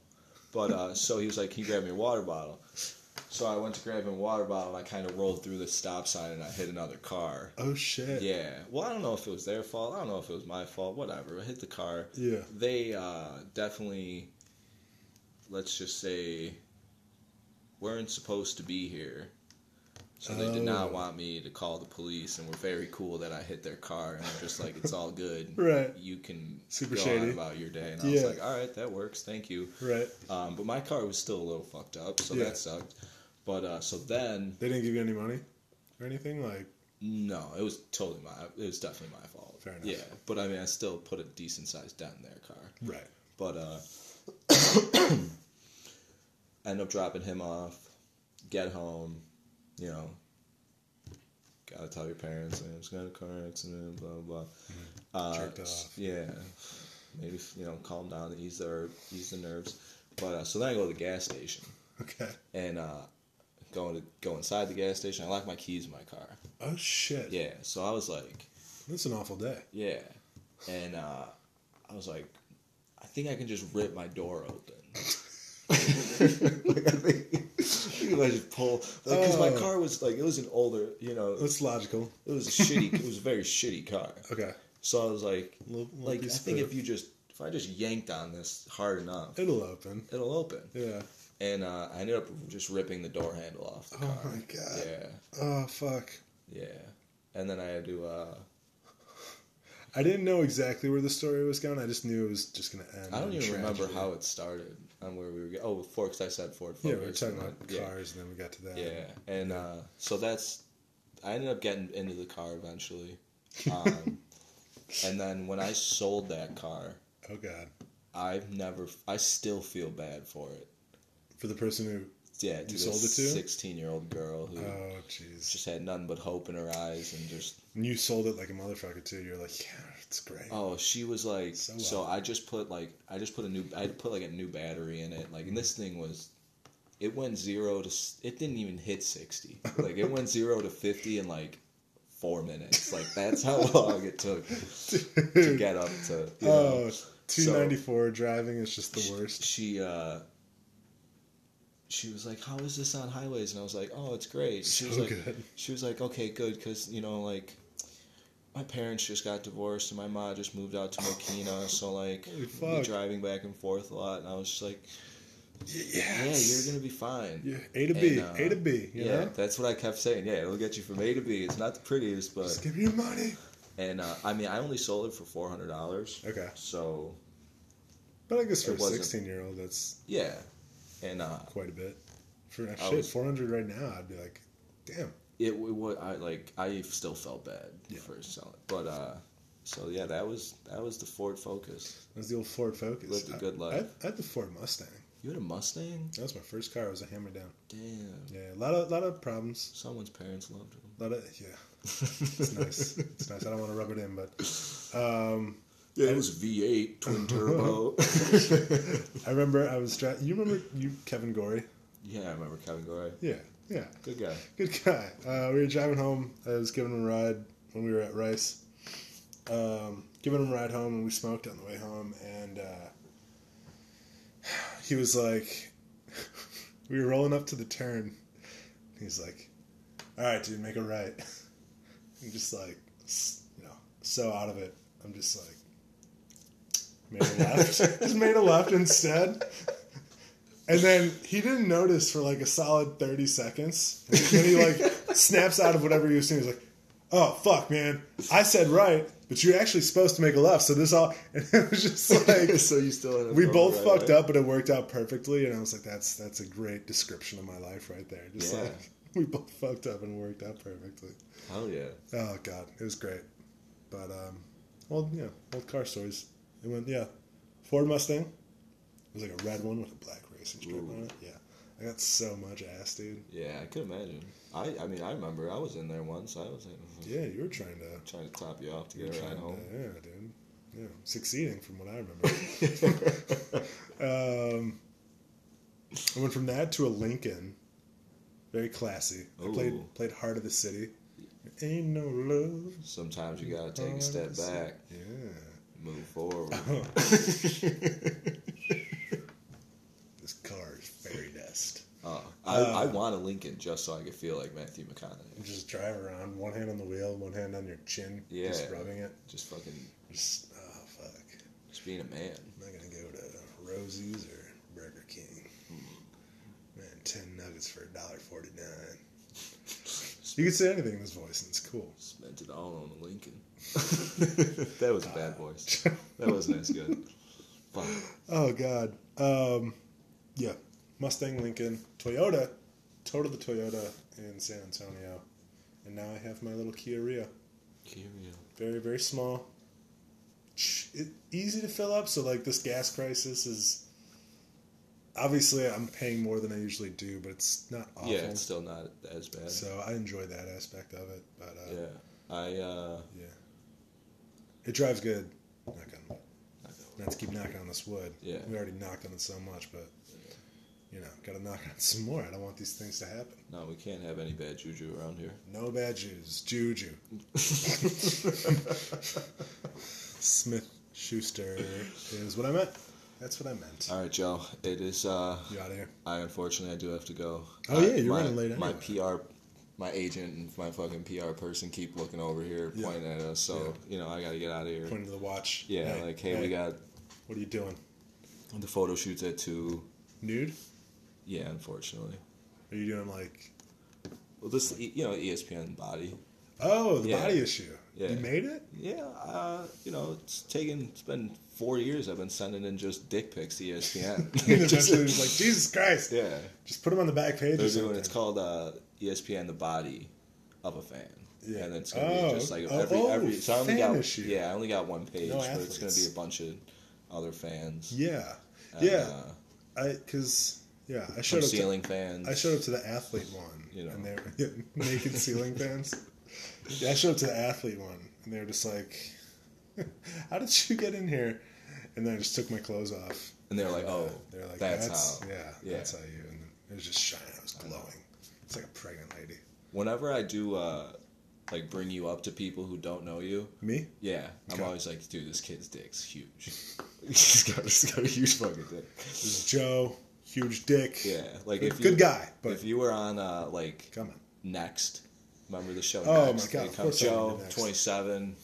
Speaker 2: but uh, so he was like, "Can you grab me a water bottle?" So I went to grab him a water bottle, and I kind of rolled through the stop sign, and I hit another car.
Speaker 1: Oh shit.
Speaker 2: Yeah. Well, I don't know if it was their fault. I don't know if it was my fault. Whatever. I hit the car.
Speaker 1: Yeah.
Speaker 2: They uh, definitely, let's just say, weren't supposed to be here. So they did
Speaker 1: Oh.
Speaker 2: not want me to call the police, and were very cool that I hit their car, and they're just like, "It's all good.
Speaker 1: Right.
Speaker 2: You can
Speaker 1: Super
Speaker 2: go
Speaker 1: shady.
Speaker 2: on about your day." And I
Speaker 1: Yeah.
Speaker 2: was like, "All right, that works. Thank you."
Speaker 1: Right.
Speaker 2: Um, but my car was still a little fucked up, so
Speaker 1: Yeah.
Speaker 2: that sucked. But uh, so then,
Speaker 1: They didn't give you any money or anything. Like,
Speaker 2: no, it was totally my. It was definitely my fault.
Speaker 1: Fair enough.
Speaker 2: Yeah, but I mean, I still put a decent sized dent in their car.
Speaker 1: right.
Speaker 2: But uh, end up dropping him off. Get home, you know. Gotta tell your parents. I was got a car accident. Blah blah. blah. Uh,
Speaker 1: Mm-hmm. Jerked
Speaker 2: s-
Speaker 1: off.
Speaker 2: Yeah. Maybe you know, calm down, ease their ease the nerves. But uh, so then I go to the gas station
Speaker 1: Okay.
Speaker 2: and uh, going to go inside the gas station. I lock my keys in my car.
Speaker 1: Oh shit.
Speaker 2: Yeah. So I was like.
Speaker 1: That's an awful day.
Speaker 2: Yeah. And uh, I was like, I think I can just rip my door open. like I think, I think I just pull because my
Speaker 1: Oh.
Speaker 2: car was like it was an older you know it
Speaker 1: That's logical.
Speaker 2: was a shitty it was a very shitty car
Speaker 1: Okay.
Speaker 2: so I was like
Speaker 1: Little- little
Speaker 2: like I
Speaker 1: piece of
Speaker 2: think
Speaker 1: food.
Speaker 2: if you just if I just yanked on this hard enough
Speaker 1: It'll open.
Speaker 2: it'll open
Speaker 1: Yeah.
Speaker 2: and uh, I ended up just ripping the door handle off the
Speaker 1: Oh
Speaker 2: car
Speaker 1: my god.
Speaker 2: yeah
Speaker 1: Oh fuck.
Speaker 2: yeah and then I had to uh,
Speaker 1: I didn't know exactly where the story was going. I just knew it was just gonna end.
Speaker 2: I don't
Speaker 1: in
Speaker 2: even remember
Speaker 1: tragedy.
Speaker 2: how it started on where we were. Go- oh, Ford. Cause I said Ford.
Speaker 1: Yeah, we were
Speaker 2: Focus,
Speaker 1: talking
Speaker 2: and
Speaker 1: about
Speaker 2: then-
Speaker 1: cars, and then we got to that.
Speaker 2: Yeah, yeah. and uh, so that's. I ended up getting into the car eventually, um, and then when I sold that car,
Speaker 1: Oh god.
Speaker 2: I've never. I still feel bad for it.
Speaker 1: For the person who.
Speaker 2: Yeah,
Speaker 1: You
Speaker 2: to this
Speaker 1: sold it to?
Speaker 2: sixteen-year-old girl who
Speaker 1: Oh jeez.
Speaker 2: just had nothing but hope in her eyes and just
Speaker 1: And you sold it like a motherfucker too. You're like, yeah, it's great.
Speaker 2: Oh, she was like
Speaker 1: So
Speaker 2: so,
Speaker 1: well.
Speaker 2: I just put like I just put a new I put like a new battery in it. Like and this thing was it went 0 to s- it didn't even hit 60. Like it went 0 to 50 in like 4 minutes. Like that's how long it took to get up to you know.
Speaker 1: Oh, 294 driving is just the worst.
Speaker 2: She uh she was like, "How is this on highways?" And I was like, "Oh, it's great." She was
Speaker 1: So
Speaker 2: like,
Speaker 1: good.
Speaker 2: "She was like, okay, good, because you know, like, my parents just got divorced and my mom just moved out to Mokina, so like,
Speaker 1: Holy
Speaker 2: we'll be
Speaker 1: fuck.
Speaker 2: driving back and forth a lot." And I was just like, "Yeah,
Speaker 1: Yes.
Speaker 2: you're gonna be fine."
Speaker 1: Yeah, A to B,
Speaker 2: And, uh,
Speaker 1: A to B. You
Speaker 2: Yeah,
Speaker 1: know,
Speaker 2: that's what I kept saying. Yeah, it'll get you from A to B. It's not the prettiest,
Speaker 1: just
Speaker 2: but
Speaker 1: give me your money.
Speaker 2: and uh, I mean, I only sold it for four hundred dollars,
Speaker 1: Okay,
Speaker 2: so
Speaker 1: but I guess for
Speaker 2: It
Speaker 1: a
Speaker 2: wasn't-
Speaker 1: sixteen-year-old, that's
Speaker 2: yeah, and uh,
Speaker 1: quite a bit. For
Speaker 2: I
Speaker 1: shit,
Speaker 2: was-
Speaker 1: four hundred right now, I'd be like, damn.
Speaker 2: it, it was I like I still felt bad
Speaker 1: Yeah.
Speaker 2: for selling, but uh, so yeah, that was that was the Ford Focus.
Speaker 1: That was the old Ford Focus.
Speaker 2: Lived a
Speaker 1: I-
Speaker 2: good life.
Speaker 1: I, had- I had the Ford Mustang.
Speaker 2: You had a Mustang?
Speaker 1: That was my first car. It was a hammer down.
Speaker 2: Damn.
Speaker 1: Yeah, a lot of lot of problems.
Speaker 2: Someone's parents loved him.
Speaker 1: A lot of yeah. It's nice. it's nice. I don't want to rub it in, but um,
Speaker 2: It was V8 twin turbo.
Speaker 1: I remember I was driving. You remember you Kevin Gorey?
Speaker 2: yeah, I remember Kevin Gore.
Speaker 1: Yeah, yeah,
Speaker 2: Good guy.
Speaker 1: good guy. Uh, we were driving home. I was giving him a ride when we were at Rice. Um, giving him a ride home, and we smoked on the way home. And uh, he was like, we were rolling up to the turn. He's like, "All right, dude, make it right." I'm just like, s- you know, so out of it. I'm just like, made a left. just made a left instead. And then he didn't notice for like a solid 30 seconds. And then he like snaps out of whatever he was doing. He's like, oh, fuck, man. I said right, but you're actually supposed to make a left. So this all. And it was just like.
Speaker 2: so you still ended up
Speaker 1: We
Speaker 2: going
Speaker 1: both
Speaker 2: the right
Speaker 1: fucked
Speaker 2: way?
Speaker 1: up, but it worked out perfectly. And I was like, that's that's a great description of my life right there. Just
Speaker 2: Yeah.
Speaker 1: like, we both fucked up and it worked out perfectly.
Speaker 2: Hell yeah.
Speaker 1: Oh, God. It was great. But, um, well, yeah, old car stories. It went, yeah. Ford Mustang. It was like a red one with a black racing stripe
Speaker 2: Ooh.
Speaker 1: on it. Yeah. I got so much ass, dude.
Speaker 2: Yeah, I could imagine. I, I mean, I remember I was in there once. I was like,
Speaker 1: Yeah, you were trying to.
Speaker 2: trying to top you off to
Speaker 1: You were
Speaker 2: get a
Speaker 1: trying
Speaker 2: ride home.
Speaker 1: to yeah, dude. Yeah, succeeding from what I remember. um, I went from that to a Lincoln. Very classy. I
Speaker 2: Ooh.
Speaker 1: played played Heart of the City. Ain't no love.
Speaker 2: Sometimes you gotta take a step back,
Speaker 1: Yeah.
Speaker 2: move forward.
Speaker 1: This car is fairy dust.
Speaker 2: Oh, I, I
Speaker 1: Uh.
Speaker 2: want a Lincoln just so I could feel like Matthew McConaughey.
Speaker 1: You just drive around, one hand on the wheel, one hand on your chin, just
Speaker 2: Yeah.
Speaker 1: rubbing it.
Speaker 2: Just fucking,
Speaker 1: Just oh fuck.
Speaker 2: just being a man.
Speaker 1: I'm not gonna go to Rosie's or Burger King. Man, ten nuggets for a dollar forty nine. You can say anything in this voice, and it's cool.
Speaker 2: Spent it all on a Lincoln. that was a bad voice. That wasn't as good. Fuck.
Speaker 1: Oh God. Um, yeah, Mustang, Lincoln, Toyota. Total the Toyota in San Antonio, and now I have my little Kia Rio.
Speaker 2: Curio.
Speaker 1: Very very small. Ch- It, easy to fill up. So like this gas crisis is. Obviously, I'm paying more than I usually do, but it's not awful.
Speaker 2: Yeah, it's still not as bad.
Speaker 1: So I enjoy that aspect of it, but uh, yeah.
Speaker 2: yeah. I, uh,
Speaker 1: it drives good. Knock on,
Speaker 2: I don't
Speaker 1: not to keep knocking on this wood.
Speaker 2: Yeah.
Speaker 1: we already knocked on it so much, but you know, got to knock on it some more. I don't want these things to happen.
Speaker 2: No, we can't have any bad juju around here.
Speaker 1: No bad Jews, juju. Smith Schuster is what I meant. That's what I meant.
Speaker 2: All right, Joe. It is. uh
Speaker 1: You out of here?
Speaker 2: I unfortunately I do have to go.
Speaker 1: Oh,
Speaker 2: I-
Speaker 1: yeah, you're
Speaker 2: my,
Speaker 1: running late
Speaker 2: My
Speaker 1: anyway.
Speaker 2: PR, my agent and my fucking PR person keep looking over here,
Speaker 1: Yeah.
Speaker 2: pointing at us. So you know I gotta get out of here.
Speaker 1: Pointing to the watch.
Speaker 2: yeah, like hey, we got
Speaker 1: What are you doing?
Speaker 2: the photo shoots at two.
Speaker 1: Nude?
Speaker 2: Yeah, unfortunately.
Speaker 1: Are you doing like?
Speaker 2: Well, this you know E ESPN body.
Speaker 1: Oh, the
Speaker 2: Yeah.
Speaker 1: body issue.
Speaker 2: Yeah.
Speaker 1: You made it.
Speaker 2: Yeah, uh, you know it's taken. It's been four years. I've been sending in just dick pics to E
Speaker 1: And
Speaker 2: ESPN.
Speaker 1: eventually, it was like Jesus Christ.
Speaker 2: yeah,
Speaker 1: Just put them on the back page.
Speaker 2: they're
Speaker 1: or
Speaker 2: doing.
Speaker 1: something.
Speaker 2: It's called uh, ESPN the body of a fan.
Speaker 1: Yeah.
Speaker 2: And it's gonna
Speaker 1: Oh,
Speaker 2: be just like
Speaker 1: oh,
Speaker 2: every
Speaker 1: oh,
Speaker 2: every. So I only
Speaker 1: fan
Speaker 2: got
Speaker 1: issue.
Speaker 2: yeah, I only got one page,
Speaker 1: No
Speaker 2: but it's gonna be
Speaker 1: athletes.
Speaker 2: a bunch of other fans.
Speaker 1: Yeah,
Speaker 2: and,
Speaker 1: yeah.
Speaker 2: uh,
Speaker 1: I because yeah, I
Speaker 2: some
Speaker 1: showed up. To,
Speaker 2: ceiling fans.
Speaker 1: I showed up to the athlete one,
Speaker 2: You know.
Speaker 1: and they were yeah, naked ceiling fans. Yeah, I showed up to the athlete one, and they were just like, "How did you get in here?" And then I just took my clothes off.
Speaker 2: and they're like, oh,
Speaker 1: They're like,
Speaker 2: that's,
Speaker 1: "That's,
Speaker 2: how.
Speaker 1: yeah,
Speaker 2: yeah.
Speaker 1: that's how you." And it was just shining. I was glowing. It's like a pregnant lady.
Speaker 2: Whenever I do uh, like bring you up to people who don't know you,
Speaker 1: Me?
Speaker 2: yeah, I'm
Speaker 1: Okay.
Speaker 2: always like, dude, this kid's dick's huge. he's got he's got a huge fucking dick.
Speaker 1: This is Joe. Huge dick.
Speaker 2: Yeah, like
Speaker 1: Good,
Speaker 2: if you,
Speaker 1: good guy, but
Speaker 2: If you were on uh, like
Speaker 1: come on.
Speaker 2: Next. Remember the show?
Speaker 1: Oh,
Speaker 2: Next?
Speaker 1: my God,
Speaker 2: They
Speaker 1: of
Speaker 2: come-
Speaker 1: course I
Speaker 2: Joe,
Speaker 1: remember Next.
Speaker 2: 27.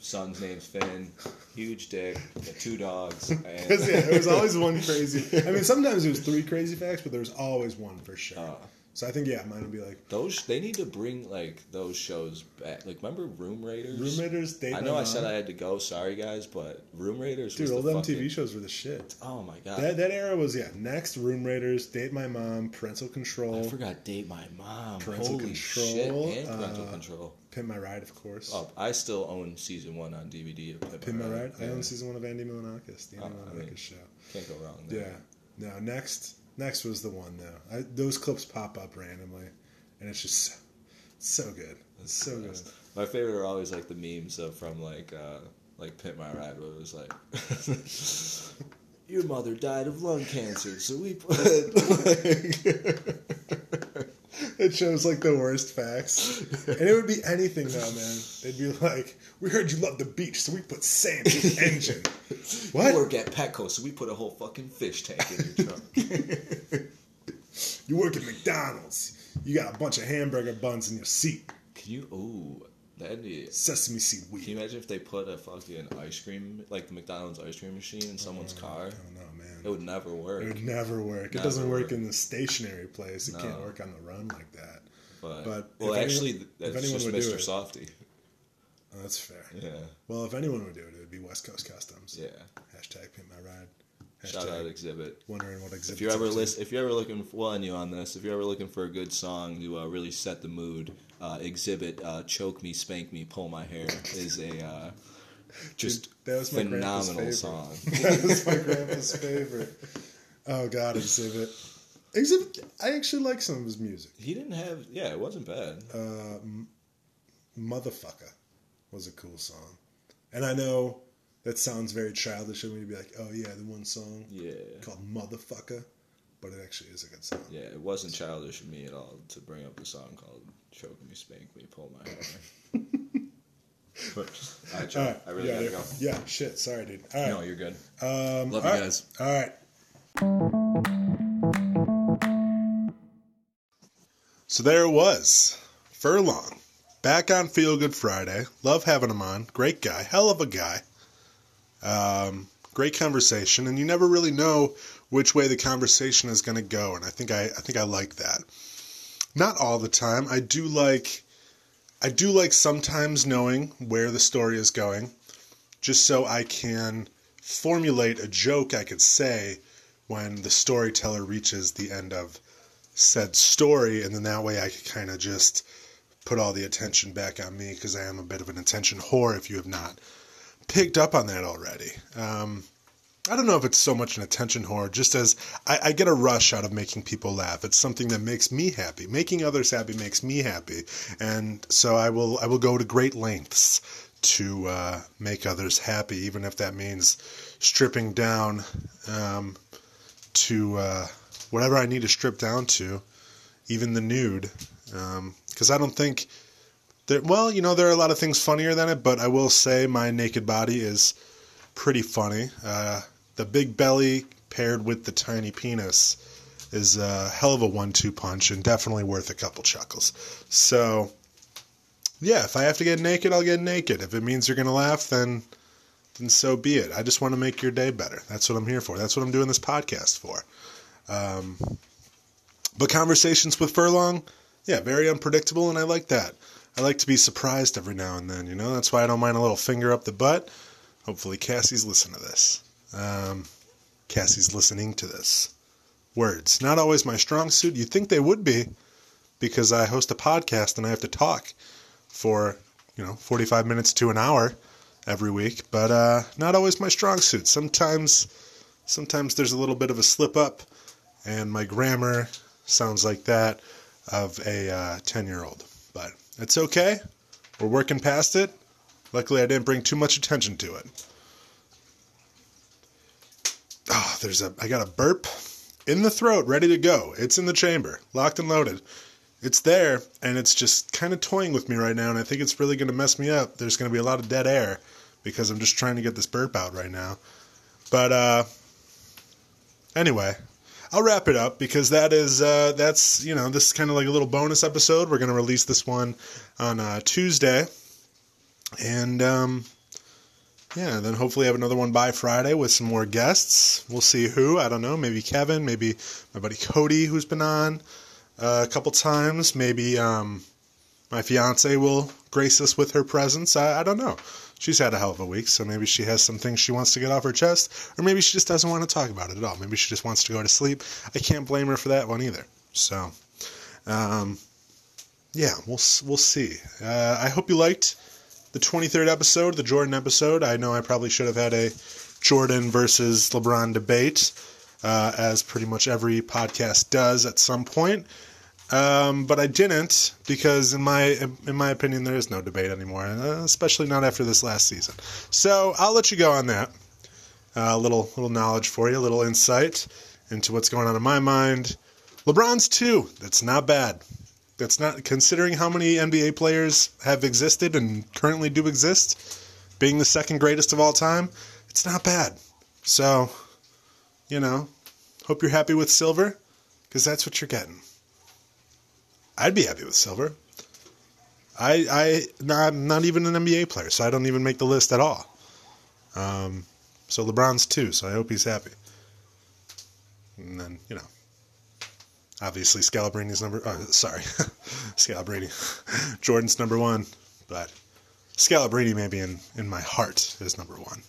Speaker 2: Son's name's Finn. Huge dick. got Two dogs.
Speaker 1: Because
Speaker 2: And,
Speaker 1: yeah, there was always one crazy. I mean, sometimes it was three crazy facts, but there was always one for sure.
Speaker 2: Uh.
Speaker 1: so I think yeah, mine would be like
Speaker 2: those they need to bring like those shows back. Like remember Room Raiders?
Speaker 1: Room Raiders. Date
Speaker 2: I know
Speaker 1: Night
Speaker 2: I said
Speaker 1: Mom.
Speaker 2: I had to go. Sorry guys, but Room Raiders.
Speaker 1: Dude,
Speaker 2: was
Speaker 1: all
Speaker 2: the
Speaker 1: them
Speaker 2: fucking,
Speaker 1: TV shows were the shit.
Speaker 2: Oh my god.
Speaker 1: That that era was yeah. Next, Room Raiders, Date My Mom, Parental
Speaker 2: I
Speaker 1: Control,
Speaker 2: forgot date my mom.
Speaker 1: Parental
Speaker 2: Holy
Speaker 1: Control,
Speaker 2: shit! And parental
Speaker 1: uh,
Speaker 2: control.
Speaker 1: Pin My Ride, of course.
Speaker 2: Oh, I still own season one on DVD. Of
Speaker 1: Pin My Ride. I
Speaker 2: Yeah.
Speaker 1: own season one of Andy Milonakis, the Andy
Speaker 2: Oh, I
Speaker 1: Milonakis
Speaker 2: mean-
Speaker 1: show.
Speaker 2: Can't go wrong.
Speaker 1: Yeah.
Speaker 2: There.
Speaker 1: No, next next was the one though. I, those clips pop up randomly, and it's just so, so good. It's so good.
Speaker 2: My favorite are always like the memes of, from like uh, like Pit My Ride, where it was like, your mother died of lung cancer, so we put.
Speaker 1: It shows like the worst facts. And it would be anything though, man. They'd be like, We heard you love the beach, so we put sand in the engine. What?
Speaker 2: You work at Petco, so we put a whole fucking fish tank in your truck.
Speaker 1: You work at McDonald's. You got a bunch of hamburger buns in your seat.
Speaker 2: Can you? Ooh, that'd be.
Speaker 1: Sesame seed
Speaker 2: Can
Speaker 1: weed.
Speaker 2: you imagine if they put a fucking ice cream, like the McDonald's ice cream machine, in someone's car?
Speaker 1: I don't know, man.
Speaker 2: It would never
Speaker 1: It
Speaker 2: work.
Speaker 1: would never work. It
Speaker 2: Never
Speaker 1: doesn't work
Speaker 2: work.
Speaker 1: in the stationary place. It can't
Speaker 2: No.
Speaker 1: work on the run like that.
Speaker 2: But,
Speaker 1: but
Speaker 2: well,
Speaker 1: if anyone-
Speaker 2: actually,
Speaker 1: if
Speaker 2: that's
Speaker 1: anyone
Speaker 2: just
Speaker 1: would do
Speaker 2: Mr.
Speaker 1: it.
Speaker 2: Softy.
Speaker 1: Oh, that's fair.
Speaker 2: Yeah,
Speaker 1: Well, if anyone would do it, it would be West Coast Customs.
Speaker 2: yeah.
Speaker 1: Hashtag paint my ride.
Speaker 2: Shout out
Speaker 1: Hashtag
Speaker 2: Exhibit.
Speaker 1: wondering what exhibit.
Speaker 2: If you're ever list, if you're ever looking for well, I knew on this, if you're ever looking for a good song to uh, really set the mood, uh, Exhibit uh, "Choke Me, Spank Me, Pull My Hair" is a uh, just
Speaker 1: that was my grandpa's
Speaker 2: phenomenal
Speaker 1: favorite.
Speaker 2: song.
Speaker 1: that was my grandpa's favorite. Oh God, Exhibit. Exhibit. I actually like some of his music.
Speaker 2: He didn't have yeah, it wasn't bad.
Speaker 1: Uh, Motherfucker was a cool song, and I know that sounds very childish. And we'd be like, oh yeah, the one song
Speaker 2: yeah,
Speaker 1: called Motherfucker, but it actually is a good song.
Speaker 2: yeah, it wasn't childish of me at all to bring up the song called "Choke Me, Spank Me, Pull My Hair." but all right, Joe,
Speaker 1: All right,
Speaker 2: I really
Speaker 1: yeah,
Speaker 2: gotta
Speaker 1: there-
Speaker 2: go.
Speaker 1: Yeah, shit. Sorry, dude. All right.
Speaker 2: No, you're good.
Speaker 1: Um,
Speaker 2: Love
Speaker 1: all right.
Speaker 2: you guys.
Speaker 1: All right. So there it was. Furlong. Back on Feel Good Friday. Love having him on. Great guy. Hell of a guy. Um, great conversation. And you never really know which way the conversation is going to go. And I think I, I think I like that. Not all the time. I do like I do like sometimes knowing where the story is going just so I can formulate a joke I could say when the storyteller reaches the end of said story, and then that way I could kind of just put all the attention back on me because I am a bit of an attention whore if you have not picked up on that already. Um, I don't know if it's so much an attention whore, just as I, I get a rush out of making people laugh. It's something that makes me happy. Making others happy makes me happy, and so I will I will go to great lengths to uh, make others happy, even if that means stripping down um, to uh, whatever I need to strip down to, even the nude, because I don't think. There, well, you know, there are a lot of things funnier than it, but I will say my naked body is pretty funny. Uh, the big belly paired with the tiny penis is a hell of a one-two punch and definitely worth a couple chuckles. So, yeah, if I have to get naked, I'll get naked. If it means you're gonna laugh, then then so be it. I just want to make your day better. That's what I'm here for. That's what I'm doing this podcast for. Um, but conversations with Furlong, yeah, very unpredictable, and I like that. I like to be surprised every now and then, you know. That's why I don't mind a little finger up the butt. Hopefully, Cassie's listening to this. Um, Cassie's listening to this. Words, not always my strong suit. You'd think they would be because I host a podcast and I have to talk for, you know, 45 minutes to an hour every week, but uh, not always my strong suit. Sometimes, sometimes there's a little bit of a slip up, and my grammar sounds like that of a 10 year old. But it's okay. We're working past it. Luckily, I didn't bring too much attention to it. Ah, there's a. I got a burp in the throat, ready to go. It's in the chamber, locked and loaded. It's there, and it's just kind of toying with me right now, and I think it's really going to mess me up. There's going to be a lot of dead air because I'm just trying to get this burp out right now. But uh, anyway, I'll wrap it up because that is uh, that's you know this is kind of like a little bonus episode. We're going to release this one on uh, Tuesday, and um, yeah, then hopefully have another one by Friday with some more guests. We'll see who. I don't know. Maybe Kevin. Maybe my buddy Cody, who's been on uh, a couple times. Maybe um, my fiance will grace us with her presence. I, I don't know. She's had a hell of a week, so maybe she has some things she wants to get off her chest, or maybe she just doesn't want to talk about it at all. Maybe she just wants to go to sleep. I can't blame her for that one either. So, um, yeah, we'll s- we'll see. Uh, I hope you liked the 23rd episode, the Jordan episode. I know I probably should have had a Jordan versus LeBron debate, uh, as pretty much every podcast does at some point. Um, but I didn't because in my in my opinion there is no debate anymore, and, uh, especially not after this last season. So I'll let you go on that. A little little knowledge for you, a little insight into what's going on in my mind. LeBron's two. That's not bad. That's not considering how many NBA players have existed and currently do exist. Being the second greatest of all time, it's not bad. So, you know, hope you're happy with silver because that's what you're getting. I'd be happy with silver. I I no, I'm not even an NBA player, so I don't even make the list at all. Um, so LeBron's two, so I hope he's happy. And then you know, obviously Scalabrini's number. Oh, sorry, Scalabrini, Jordan's number one, but Scalabrini maybe in in my heart is number one,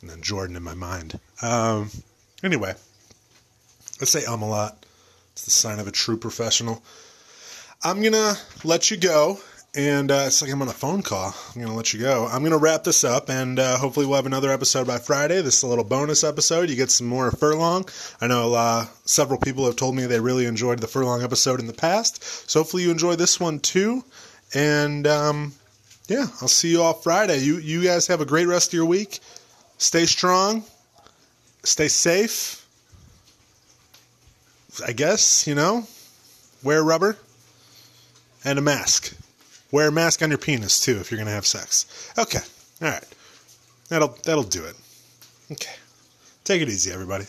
Speaker 1: and then Jordan in my mind. Um, anyway, let's say I'm a lot. It's the sign of a true professional. I'm going to let you go. And uh, it's like I'm on a phone call. I'm going to let you go. I'm going to wrap this up, and uh, hopefully, we'll have another episode by Friday. This is a little bonus episode. You get some more furlong. I know uh, several people have told me they really enjoyed the furlong episode in the past. So, hopefully, you enjoy this one too. And um, yeah, I'll see you all Friday. You, you guys have a great rest of your week. Stay strong, stay safe. I guess, you know, wear rubber and a mask. Wear a mask on your penis too if you're going to have sex. Okay. All right. That'll that'll do it. Okay. Take it easy everybody.